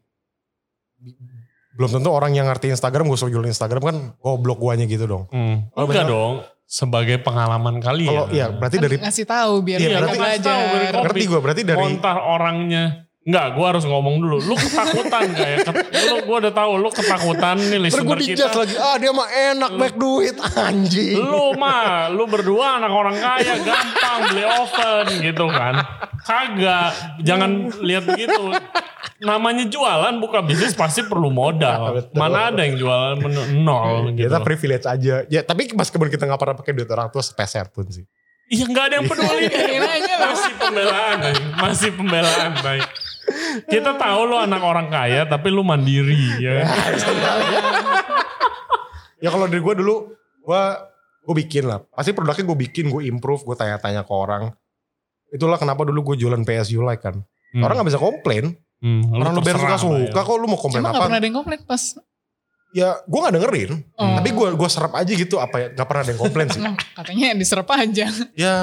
B: Belum tentu orang yang ngerti Instagram, gue suruh jualan Instagram kan goblok guanya gitu dong.
A: Mm. Enggak
B: Kalau misalkan-
A: dong. Sebagai pengalaman kalian.
B: Kalau iya berarti
C: Kan
B: dari
C: ngasih tahu biar
B: Iya,
C: mereka
B: berarti-
C: belajar.
A: Ngasih tahu, berarti-
B: ngerti gue berarti dari
A: Montar orangnya. Enggak, gue harus ngomong dulu. Lu ketakutan kayak. ket- Lu gue udah tahu lu ketakutan nih
B: Terus gue
A: listener
B: dijas
A: kita.
B: lagi, ah dia mah enak back duit anjing.
A: Lu mah, lu berdua anak orang kaya gampang beli oven gitu kan. Kagak, jangan lihat begitu. Namanya jualan buka bisnis pasti perlu modal.
B: Betul. Iya,
A: Mana ada yang jualan menu- nol gitu.
B: Kita privilege aja. Ya tapi pas kebun kita nggak pernah pakai duit orang tua sepeser pun sih.
A: Iya nggak ada yang peduli.
C: Dengerin aja lah.
A: masih pembelaan Bay. masih pembelaan baik kita tahu lo anak orang kaya tapi lu mandiri ya kan?
B: Ya kalau dari gue dulu, gue gue bikin lah. Pasti produknya gue bikin, gue improve, gue tanya-tanya ke orang. Itulah kenapa dulu gue jualan PSU like kan.
A: Hmm.
B: Orang nggak bisa komplain.
A: Hmm, lu
B: orang lu bayar
A: terserah, ya.
B: suka suka
A: Bay.
B: kok lu mau
C: Cuma
B: komplain
C: gak pernah
B: apa?
C: ada yang komplain pas.
B: Ya gue nggak dengerin.
C: Oh.
B: Hmm, Tapi gue gue serap aja gitu apa ya? Gak pernah ada yang komplain sih.
C: Nah, katanya diserap aja.
B: ya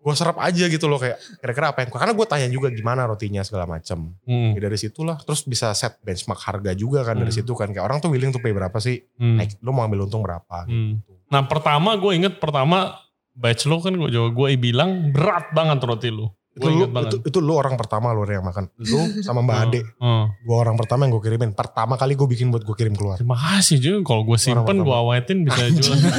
B: gue serap aja gitu loh kayak kira-kira apa yang karena gue tanya juga gimana rotinya segala macem
A: Hmm,
B: ya, dari situlah terus bisa set benchmark harga juga kan dari
A: Hmm.
B: situ kan kayak orang tuh willing tuh pay berapa sih
A: hmm,
B: naik lu mau ambil untung berapa gitu.
A: hmm. nah pertama gue inget pertama batch lo kan gue gue bilang berat banget roti lu
B: itu
A: Gua
B: lu
A: inget banget.
B: itu, itu lu orang pertama lu yang makan lu sama mbak Ade
A: Hmm.
B: gue orang pertama yang gue kirimin pertama kali gue bikin buat gue kirim keluar
A: terima kasih juga kalau gue simpen
B: Orang-orang.
A: gue awetin bisa jualan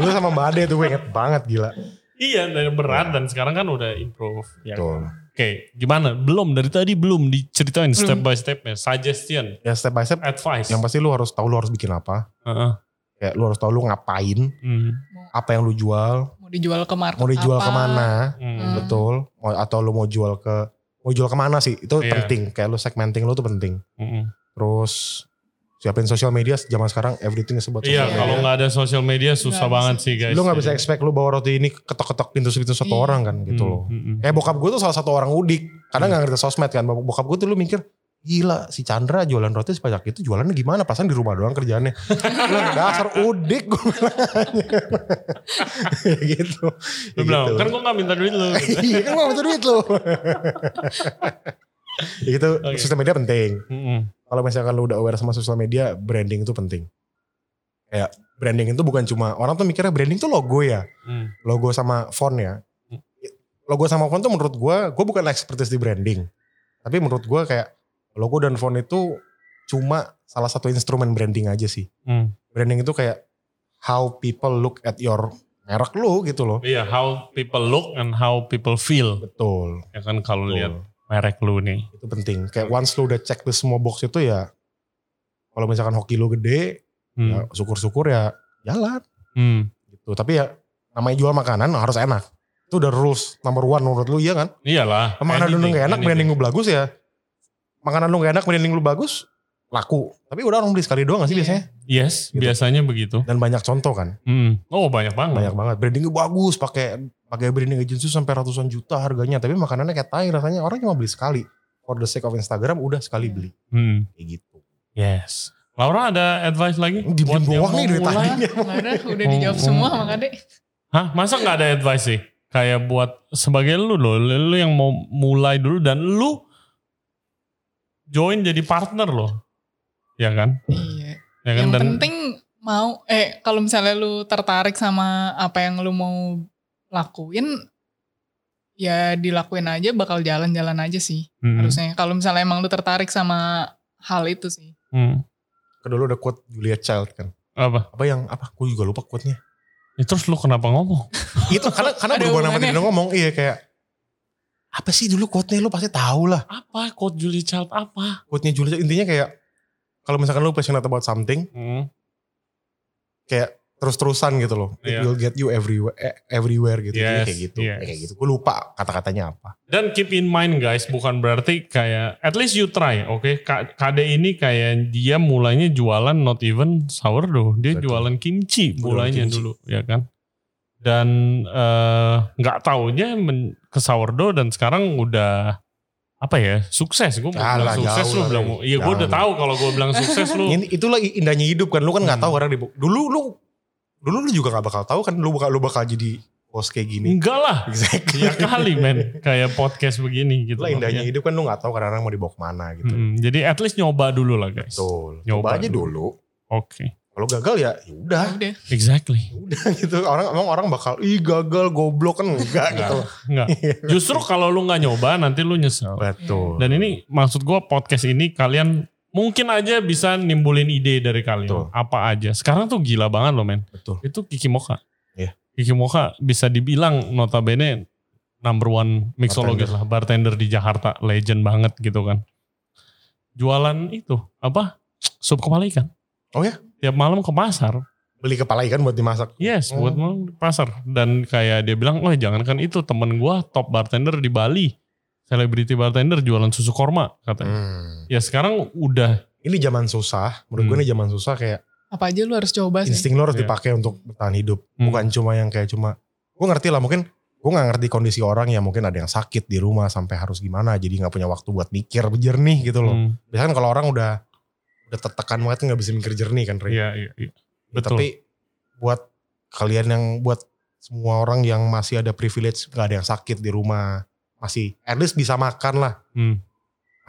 B: lu sama mbak Ade tuh gue inget banget gila
A: iya dan berat dan sekarang kan udah improve ya
B: Betul.
A: Oke, gimana? Belum dari tadi belum diceritain
C: Belum.
A: step by stepnya, suggestion,
B: ya step by step
A: advice.
B: yang pasti lu harus tahu lu harus bikin apa
A: Heeh.
B: kayak lu harus tahu lu ngapain
A: Hmm,
B: apa yang lu jual
C: Mau dijual ke market
B: mau dijual
C: apa.
B: kemana
A: hmm.
C: Hmm.
B: betul Mau- atau lu mau jual ke mau jual kemana sih itu
A: Iya.
B: penting kayak lu segmenting lu tuh penting
A: Mm-mm.
B: terus siapin sosial media zaman sekarang everything is about
A: Iya,
B: social
A: kalau
B: media.
A: nggak ada social media susah
C: Nggak
A: banget
C: bisa.
A: sih guys. Iya.
B: lu nggak bisa expect lu bawa roti ini ketok-ketok pintu-pintu satu
C: Iya.
B: orang kan gitu
A: Hmm,
B: loh
A: mm-mm.
B: kayak bokap gue tuh salah satu orang udik karena nggak ngerti sosmed kan bokap gue tuh lu mikir Gila si Chandra jualan roti sebanyak itu jualannya gimana? Pasan di rumah doang kerjaannya. Bilang, Dasar udik gue bilang aja. Ya gitu. Ya
A: Lu bilang,
B: gitu.
A: kan gue gak minta duit lu.
B: Iya kan gua minta duit lu. ya gitu,
A: Oke.
B: sosial media penting.
A: Mm-mm.
B: Kalau misalkan lu udah aware sama sosial media, branding itu penting. Kayak branding itu bukan cuma orang tuh mikirnya branding tuh logo ya,
A: Mm.
B: logo sama font ya. Logo sama font tuh menurut gua, gua bukan expertise di branding. Tapi menurut gua kayak logo dan font itu cuma salah satu instrumen branding aja sih.
A: Mm.
B: Branding itu kayak how people look at your merek lu gitu loh.
A: Iya, how people look and how people feel.
B: Betul.
A: Ya kan kalau
B: betul.
A: lihat merek lu nih.
B: itu penting kayak once lu udah cek di semua box itu ya kalau misalkan hoki lu gede ya
A: Hmm.
B: syukur-syukur ya jalan
A: Hmm.
B: gitu tapi ya namanya jual makanan harus enak itu udah rules number one menurut lu iya kan
A: Iyalah. gitu
B: makanan lu
A: anything,
B: gak enak
A: anything.
B: branding lu bagus ya makanan lu gak enak branding lu bagus laku tapi udah orang beli sekali doang gak sih
C: Iya.
B: biasanya
A: Yes,
B: Gitu.
A: biasanya begitu.
B: dan banyak contoh kan
A: Hmm. Oh banyak banget.
B: banyak banget branding lu bagus pakai pakai branding agency sampai ratusan juta harganya tapi makanannya kayak tai rasanya orang cuma beli sekali for the sake of Instagram udah sekali beli
A: Hmm.
B: kayak gitu
A: Yes. Laura ada advice lagi?
B: Diem
A: buat yang
B: doang
A: mau
B: nih dari
A: mulai?
B: tadi.
C: Lah, nggak ada, udah dijawab semua sama Kak Dek.
A: Hah? Masa nggak ada advice sih? Kayak buat sebagai lu loh, lu yang mau mulai dulu dan lu join jadi partner loh. Ya kan?
C: Iya.
A: Ya kan?
C: Yang
A: dan
C: penting mau eh kalau misalnya lu tertarik sama apa yang lu mau lakuin ya dilakuin aja bakal jalan-jalan aja sih
A: Hmm,
C: harusnya. Kalau misalnya emang lu tertarik sama hal itu sih.
A: hmm.
B: Kedua lu Kan ada quote Julia Child kan.
A: apa?
B: Apa yang apa? Gue juga lupa quote-nya.
A: Ya, terus lu kenapa ngomong?
B: Itu karena karena
C: Ada
B: berhubungan sama
C: hubungannya.
B: dia ngomong iya kayak apa sih dulu quote-nya lu pasti tahu lah.
A: Apa quote Julie Child apa?
B: Quote-nya Julia Child intinya kayak kalau misalkan lu passionate about something
A: Hmm.
B: kayak terus-terusan gitu loh. It
A: Iya.
B: will get you everywhere eh, everywhere gitu. Jadi
A: Yes,
B: kayak gitu.
A: yes.
B: Kayak gitu. Gue lupa kata-katanya apa.
A: Dan keep in mind guys, bukan berarti kayak at least you try, oke? K- KD ini kayak dia mulainya jualan not even sourdough, dia
B: Betul.
A: jualan kimchi
B: Jualan
A: mulainya
B: kimchi.
A: dulu, ya kan? Dan eh, nggak taunya men- ke sourdough dan sekarang udah apa ya sukses gue
B: Alah,
A: bilang sukses
B: jauh
A: lu
B: lah,
A: bilang
B: Rey.
A: iya gue udah
B: Jauh.
A: tahu kalau gue bilang sukses lu
B: Ini itulah indahnya hidup kan. Lu kan nggak
A: Hmm.
B: tahu karena di, dulu lu dulu lu juga nggak bakal tahu kan lu bakal lu bakal jadi bos kayak gini.
A: enggak lah
B: Exactly.
A: ya kali men kayak podcast begini gitu
B: Itulah
A: loh,
B: indahnya
A: ya.
B: hidup kan lu nggak tahu kadang-kadang mau dibawa kemana gitu.
A: Mm, jadi at least nyoba dulu lah guys oke
B: Betul.
A: Nyoba
B: Coba aja
A: dulu.
B: dulu. Kalau gagal ya ya udah
C: Ya Udah.
A: exactly
B: udah gitu. Orang emang orang bakal ih gagal goblok kan enggak gitu.
A: Enggak. Justru kalau lu nggak nyoba nanti lu nyesel.
B: Betul.
A: Dan ini maksud gua podcast ini kalian mungkin aja bisa nimbulin ide dari kalian.
B: Betul.
A: Apa aja. Sekarang tuh gila banget loh men.
B: betul.
A: Itu Kiki Moka.
B: Iya.
A: Kiki Moka bisa dibilang notabene number one mixologist lah. Bartender di Jakarta. Legend banget gitu kan. Jualan itu apa? Sup kepala ikan.
B: Oh ya?
A: Tiap malam ke pasar.
B: Beli kepala ikan buat dimasak.
A: Yes,
B: Hmm.
A: buat mau di pasar. Dan kayak dia bilang, oh jangankan itu temen gua top bartender di Bali. Selebriti bartender jualan susu korma katanya.
B: Hmm.
A: Ya sekarang udah.
B: Ini zaman susah. Menurut gue
A: Hmm.
B: ini zaman susah kayak
C: Apa aja lu harus coba sih.
B: insting lo harus
A: Iya.
B: dipakai untuk bertahan hidup.
A: Hmm.
B: Bukan cuma yang kayak cuma gue ngerti lah mungkin gue nggak ngerti kondisi orang ya mungkin ada yang sakit di rumah sampai harus gimana jadi nggak punya waktu buat mikir jernih gitu loh.
A: Hmm,
B: Biasanya kan kalau orang udah udah tertekan banget nggak bisa mikir jernih kan, Rey.
A: Iya, iya, iya. Betul.
B: Tapi buat kalian yang buat semua orang yang masih ada privilege gak ada yang sakit di rumah masih at least bisa makan lah
A: Hmm.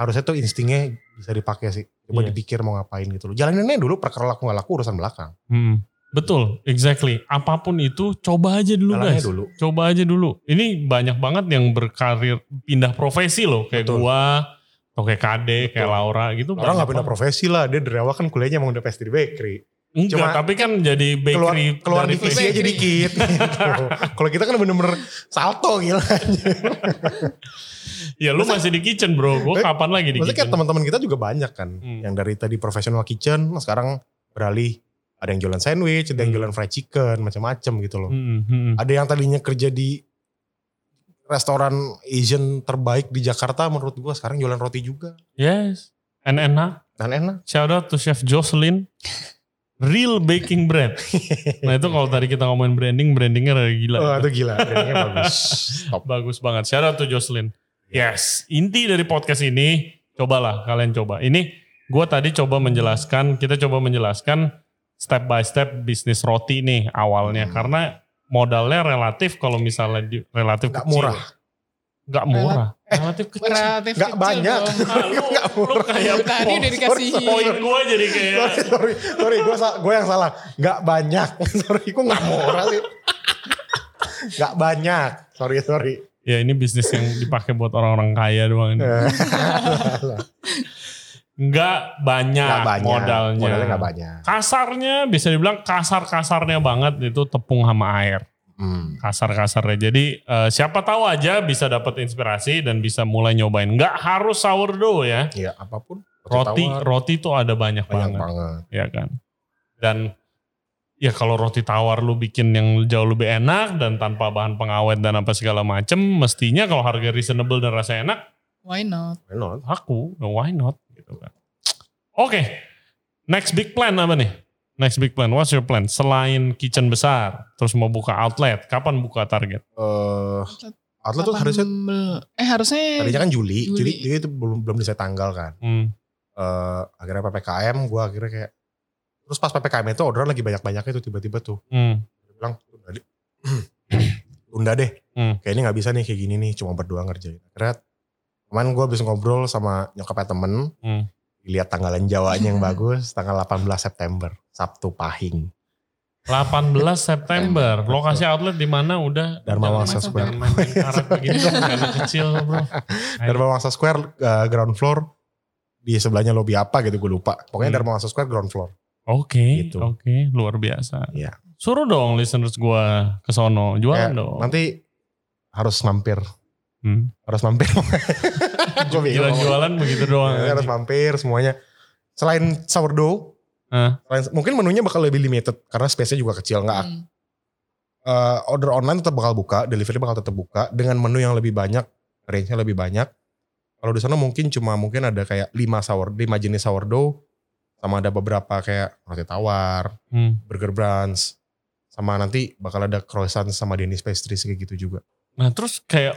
B: harusnya tuh instingnya bisa dipakai sih coba
A: Iya.
B: dipikir mau ngapain gitu loh jalaninnya dulu perkara laku nggak laku urusan belakang
A: hmm. Betul, exactly. Apapun itu, coba aja dulu
B: jalannya
A: guys.
B: dulu
A: Coba aja dulu. Ini banyak banget yang berkarir pindah profesi loh, kayak
B: Betul.
A: gua, atau kayak Kade, kayak
B: Betul.
A: Laura gitu.
B: orang
A: banyak
B: nggak pindah
A: banget.
B: profesi lah dia dari awal kan kuliahnya mau udah pastry bakery
A: Enggak,
B: Cuma-
A: tapi kan jadi
B: keluar
A: bakery
B: keluar
A: dari
B: divisi
A: pastry.
B: aja
C: bakery.
B: dikit gitu. kalau kita kan bener-bener salto gila
A: Ya lu masih di kitchen bro, gua
B: Eh,
A: kapan lagi di
B: Maksudnya kayak
A: kitchen?
B: teman-teman kita juga banyak kan,
A: gitu. Hmm.
B: yang dari tadi professional kitchen, nah sekarang beralih ada yang jualan sandwich, ada yang
A: Hmm.
B: jualan fried chicken, macam-macam gitu loh.
A: Hmm, hmm.
B: Ada yang tadinya kerja di restoran Asian terbaik di Jakarta menurut gua sekarang jualan roti juga
A: Yes. And enak.
B: dan enak.
A: Shout out to Chef Jocelyn. Real baking bread. Nah itu kalau tadi kita ngomongin branding, brandingnya rada Oh, gila.
B: Wah itu gila, brandingnya bagus. Top. Iya.
A: Bagus banget. Shout out to Jocelyn. Yes. Inti dari podcast ini, Cobalah kalian coba. Ini gue tadi coba menjelaskan, kita coba menjelaskan step by step bisnis roti nih awalnya
B: Hmm.
A: karena modalnya relatif kalau misalnya di- relatif
B: Nggak
A: kecil.
B: murah.
A: Nggak murah. Relatif kecil.
C: Relatif
B: Nggak
C: kecil
B: banyak.
C: dong.
A: Ah, lu,
B: Nggak
A: lu
B: murah.
A: kayak
C: Dari tadi udah dikasih
B: sorry, sorry.
A: poin gue jadi kayak
B: sorry, sorry, sorry, gue yang salah. Gak banyak, sorry, gue gak murah sih. Gak banyak, sorry, sorry.
A: ya ini bisnis yang dipakai buat orang-orang kaya doang ini.
B: Eh,
A: Hmm. Nggak banyak,
B: Gak banyak,
A: Nah, modalnya.
B: modalnya gak banyak.
A: Kasarnya bisa dibilang kasar-kasarnya banget itu tepung sama air.
B: Hmm.
A: kasar-kasarnya. Jadi eh, siapa tahu aja bisa dapat inspirasi dan bisa mulai nyobain. Nggak harus sourdough ya.
B: Ya apapun.
A: Roti
B: tawar,
A: roti tuh ada banyak,
B: banyak
A: banget,
B: banget.
A: ya kan. Dan ya kalau roti tawar lu bikin yang jauh lebih enak dan tanpa bahan pengawet dan apa segala macem, mestinya kalau harga reasonable dan rasa enak,
C: Why not?
B: Why not?
A: aku ya why not gitu kan. Oke. Next big plan apa nih? Next big plan, what's your plan? Selain kitchen besar, terus mau buka outlet, kapan buka target?
B: Eh, outlet tuh harusnya
C: 18 eh harusnya
B: tadinya kan Juli,
C: Juli.
B: Juli, Juli itu belum belum bisa tanggal kan.
A: Hmm.
B: Eh, akhirnya ppkm, gue akhirnya kayak terus pas ppkm itu orderan lagi banyak banyaknya tuh tiba-tiba tuh
A: Hmm.
B: Dia bilang tunda deh, tunda deh.
A: Hmm.
B: kayaknya nggak bisa nih kayak gini nih cuma berdua ngerjain akhirnya kemarin gue habis ngobrol sama nyokapnya temen
A: Hmm.
B: lihat tanggalan Jawanya yang bagus tanggal 18 September Sabtu Pahing
A: 18 September. Lokasi outlet di mana udah
B: Dharma
A: Jangan
B: Wangsa
A: main-
B: Square.
A: jangan main-main karet begini dong, karena kecil bro.
B: Dharma Wangsa Square eh, ground floor di sebelahnya lobby apa gitu gue lupa pokoknya
A: Hmm.
B: Dharma Wangsa Square ground floor
A: Oke,
B: Gitu.
A: oke, luar biasa.
B: Iya.
A: Suruh dong listeners gua ke sono, jualan
B: Eh,
A: dong.
B: nanti harus mampir
A: Hmm.
B: harus mampir gue
A: Gila jualan begitu doang.
B: Ya, Iya, harus mampir semuanya. Selain sourdough,
A: Hah?
B: selain- mungkin menunya bakal lebih limited karena space-nya juga kecil. Nggak,
C: Hmm.
B: eh, order online tetap bakal buka, delivery bakal tetap buka dengan menu yang lebih banyak, range-nya lebih banyak. Kalau di sana mungkin cuma mungkin ada kayak 5 sourdough, 5 jenis sourdough sama ada beberapa kayak roti tawar,
A: Hmm.
B: burger buns, sama nanti bakal ada croissant sama Danish pastries kayak gitu juga.
A: Nah terus kayak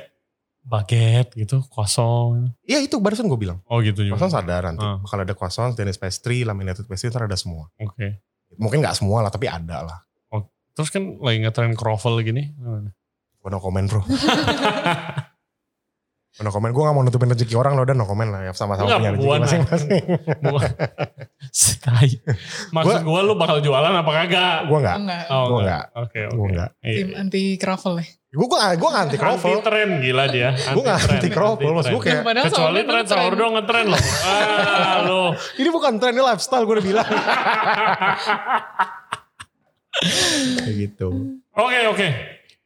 A: baget gitu, kosong.
B: Iya itu barusan gue bilang.
A: Oh gitu juga.
B: Croissant
A: Oke.
B: sadar nanti.
A: Ah.
B: Bakal ada croissant, Danish pastry, laminated pastry, ntar ada semua. Mungkin nggak semua lah, tapi ada lah.
A: Terus kan lagi ngetren croffle gini.
B: Gua no comment bro. Gua no comment. Gue gak mau nutupin rezeki orang lo dan no comment lah. Ya sama-sama
A: Nggak,
B: punya
A: gua nah.
B: rezeki masing-masing.
A: Si tai. Maksud gua lu bakal jualan apa kagak?
B: gue gak.
C: enggak.
A: Oh,
B: Gue
A: enggak.
B: gak.
A: Oke, oke.
B: Gue gak.
A: Iya,
C: Tim
A: iya.
C: anti croffle ya.
B: Gue gak, gue gak anti
A: Anti
B: kroffel.
A: tren gila dia.
B: Gue gak anti kroffel. Maksud gue kayak.
C: Padahal
A: Kecuali
C: soalnya
A: tren
C: dulu
A: sourdough ngetren loh. Ah, lo.
B: Ini bukan tren, ini lifestyle gue udah bilang. Kayak gitu.
A: Oke, oke.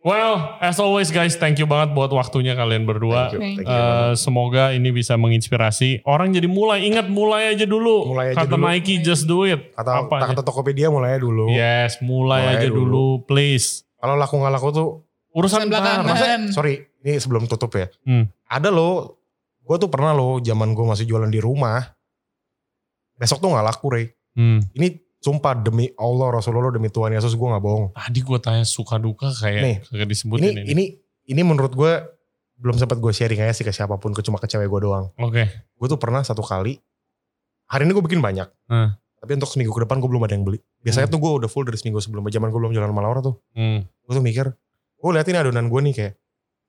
A: Well, as always guys, thank you banget buat waktunya kalian berdua.
B: Thank you, thank you.
A: Eh, semoga ini bisa menginspirasi orang jadi mulai ingat mulai aja dulu
B: Mulai aja
A: kata
B: dulu.
A: Nike just do it
B: Kata,
A: apa aja. Iya.
B: kata Tokopedia mulai dulu.
A: yes mulai,
B: Gitu. Mulai
A: aja
B: dulu.
A: dulu. please
B: Kalau laku gak laku tuh.
A: urusan
C: Urusan belakangan.
A: ntar.
B: Masa,
C: Kan.
B: sorry, ini sebelum tutup ya.
A: Hmm.
B: Ada lo, gue tuh pernah lo, zaman gue masih jualan di rumah. Besok tuh gak laku, Rey.
A: Hmm.
B: ini sumpah demi Allah Rasulullah demi Tuhan Yesus gue nggak bohong.
A: tadi gue tanya suka duka
B: Nih.
A: kayak kagak disebutin ini,
B: Ini ini ini menurut gue belum sempat gue sharing aja sih ke siapapun, ke cuma ke cewek gue doang.
A: oke
B: Gue tuh pernah satu kali hari ini gue bikin banyak,
A: Hmm.
B: tapi untuk seminggu ke depan gue belum ada yang beli. Biasanya tuh gue udah full dari seminggu sebelum zaman gue belum jalan sama Laura tuh.
A: Hmm.
B: Gue tuh mikir, gue liatin adonan gue nih kayak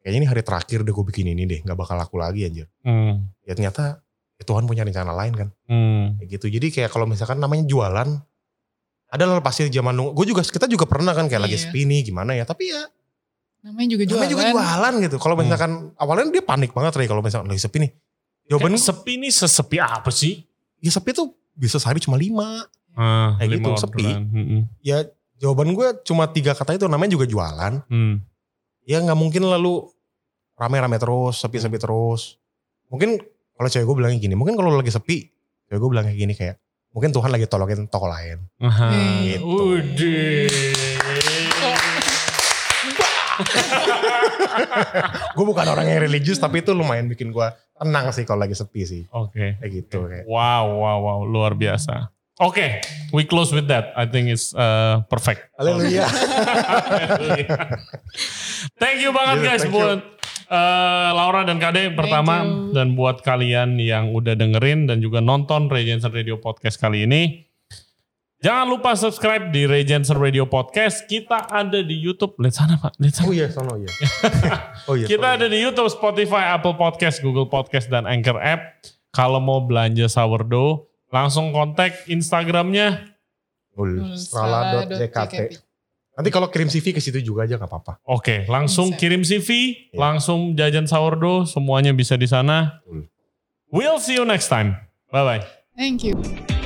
B: kayaknya ini hari terakhir deh gue bikin ini deh, nggak bakal laku lagi anjir.
A: Hmm.
B: Ya ternyata ya Tuhan punya rencana lain kan.
A: Hmm.
B: Kayak gitu. Jadi kayak kalau misalkan namanya jualan adalah pasti zaman nunggu. Gue juga kita juga pernah kan kayak lagi
C: Iya.
B: sepi nih gimana ya. Tapi ya
C: Namanya juga jualan.
B: namanya juga jualan gitu. Kalau
A: Hmm.
B: misalkan awalnya dia panik banget Ray kalau misalkan lagi sepi nih.
C: Kan
B: Jawaban
A: Kayak sepi nih sesepi apa sih?
B: ya sepi tuh bisa sehari cuma lima.
A: Ah,
B: Kayak
A: lima
B: gitu, sepi.
A: orderan. Hmm. Mm-mm.
B: Ya jawaban gue cuma tiga kata itu namanya juga jualan.
A: Hmm.
B: Ya nggak mungkin lalu rame-rame terus, sepi-sepi terus. Mungkin kalau cewek gue bilangnya gini, mungkin kalau lagi sepi, cewek gue bilangnya gini kayak mungkin Tuhan lagi tolongin toko lain.
A: Aha,
C: Gitu.
A: Udih.
B: gue bukan orang yang religius tapi itu lumayan bikin gue tenang sih kalau lagi sepi sih
A: Oke.
B: kayak gitu kayak
A: Wow, wow, wow, luar biasa. Oke, we close with that. I think it's uh, perfect.
B: haleluya
A: Thank you banget
B: Yeah,
A: guys
B: thank you.
A: buat eh, Laura dan Kade pertama
C: you.
A: dan buat kalian yang udah dengerin dan juga nonton Regenser Radio Podcast kali ini. Jangan lupa subscribe di Regenser Radio Podcast. Kita ada di YouTube. Lihat sana, Pak. Lihat sana.
B: Oh iya, sono iya. oh iya.
A: Kita
B: sono,
A: ada di YouTube, Spotify, Apple Podcast, Google Podcast, dan Anchor App. Kalau mau belanja sourdough, langsung kontak Instagramnya.
B: Betul. Strala.jkt. Nanti kalau kirim CV ke situ juga aja nggak apa-apa.
A: Oke, langsung
C: Bisa.
A: kirim CV,
B: Iya.
A: langsung jajan sourdough, semuanya bisa di sana.
B: Betul.
A: We'll see you next time. Bye-bye.
C: Thank you.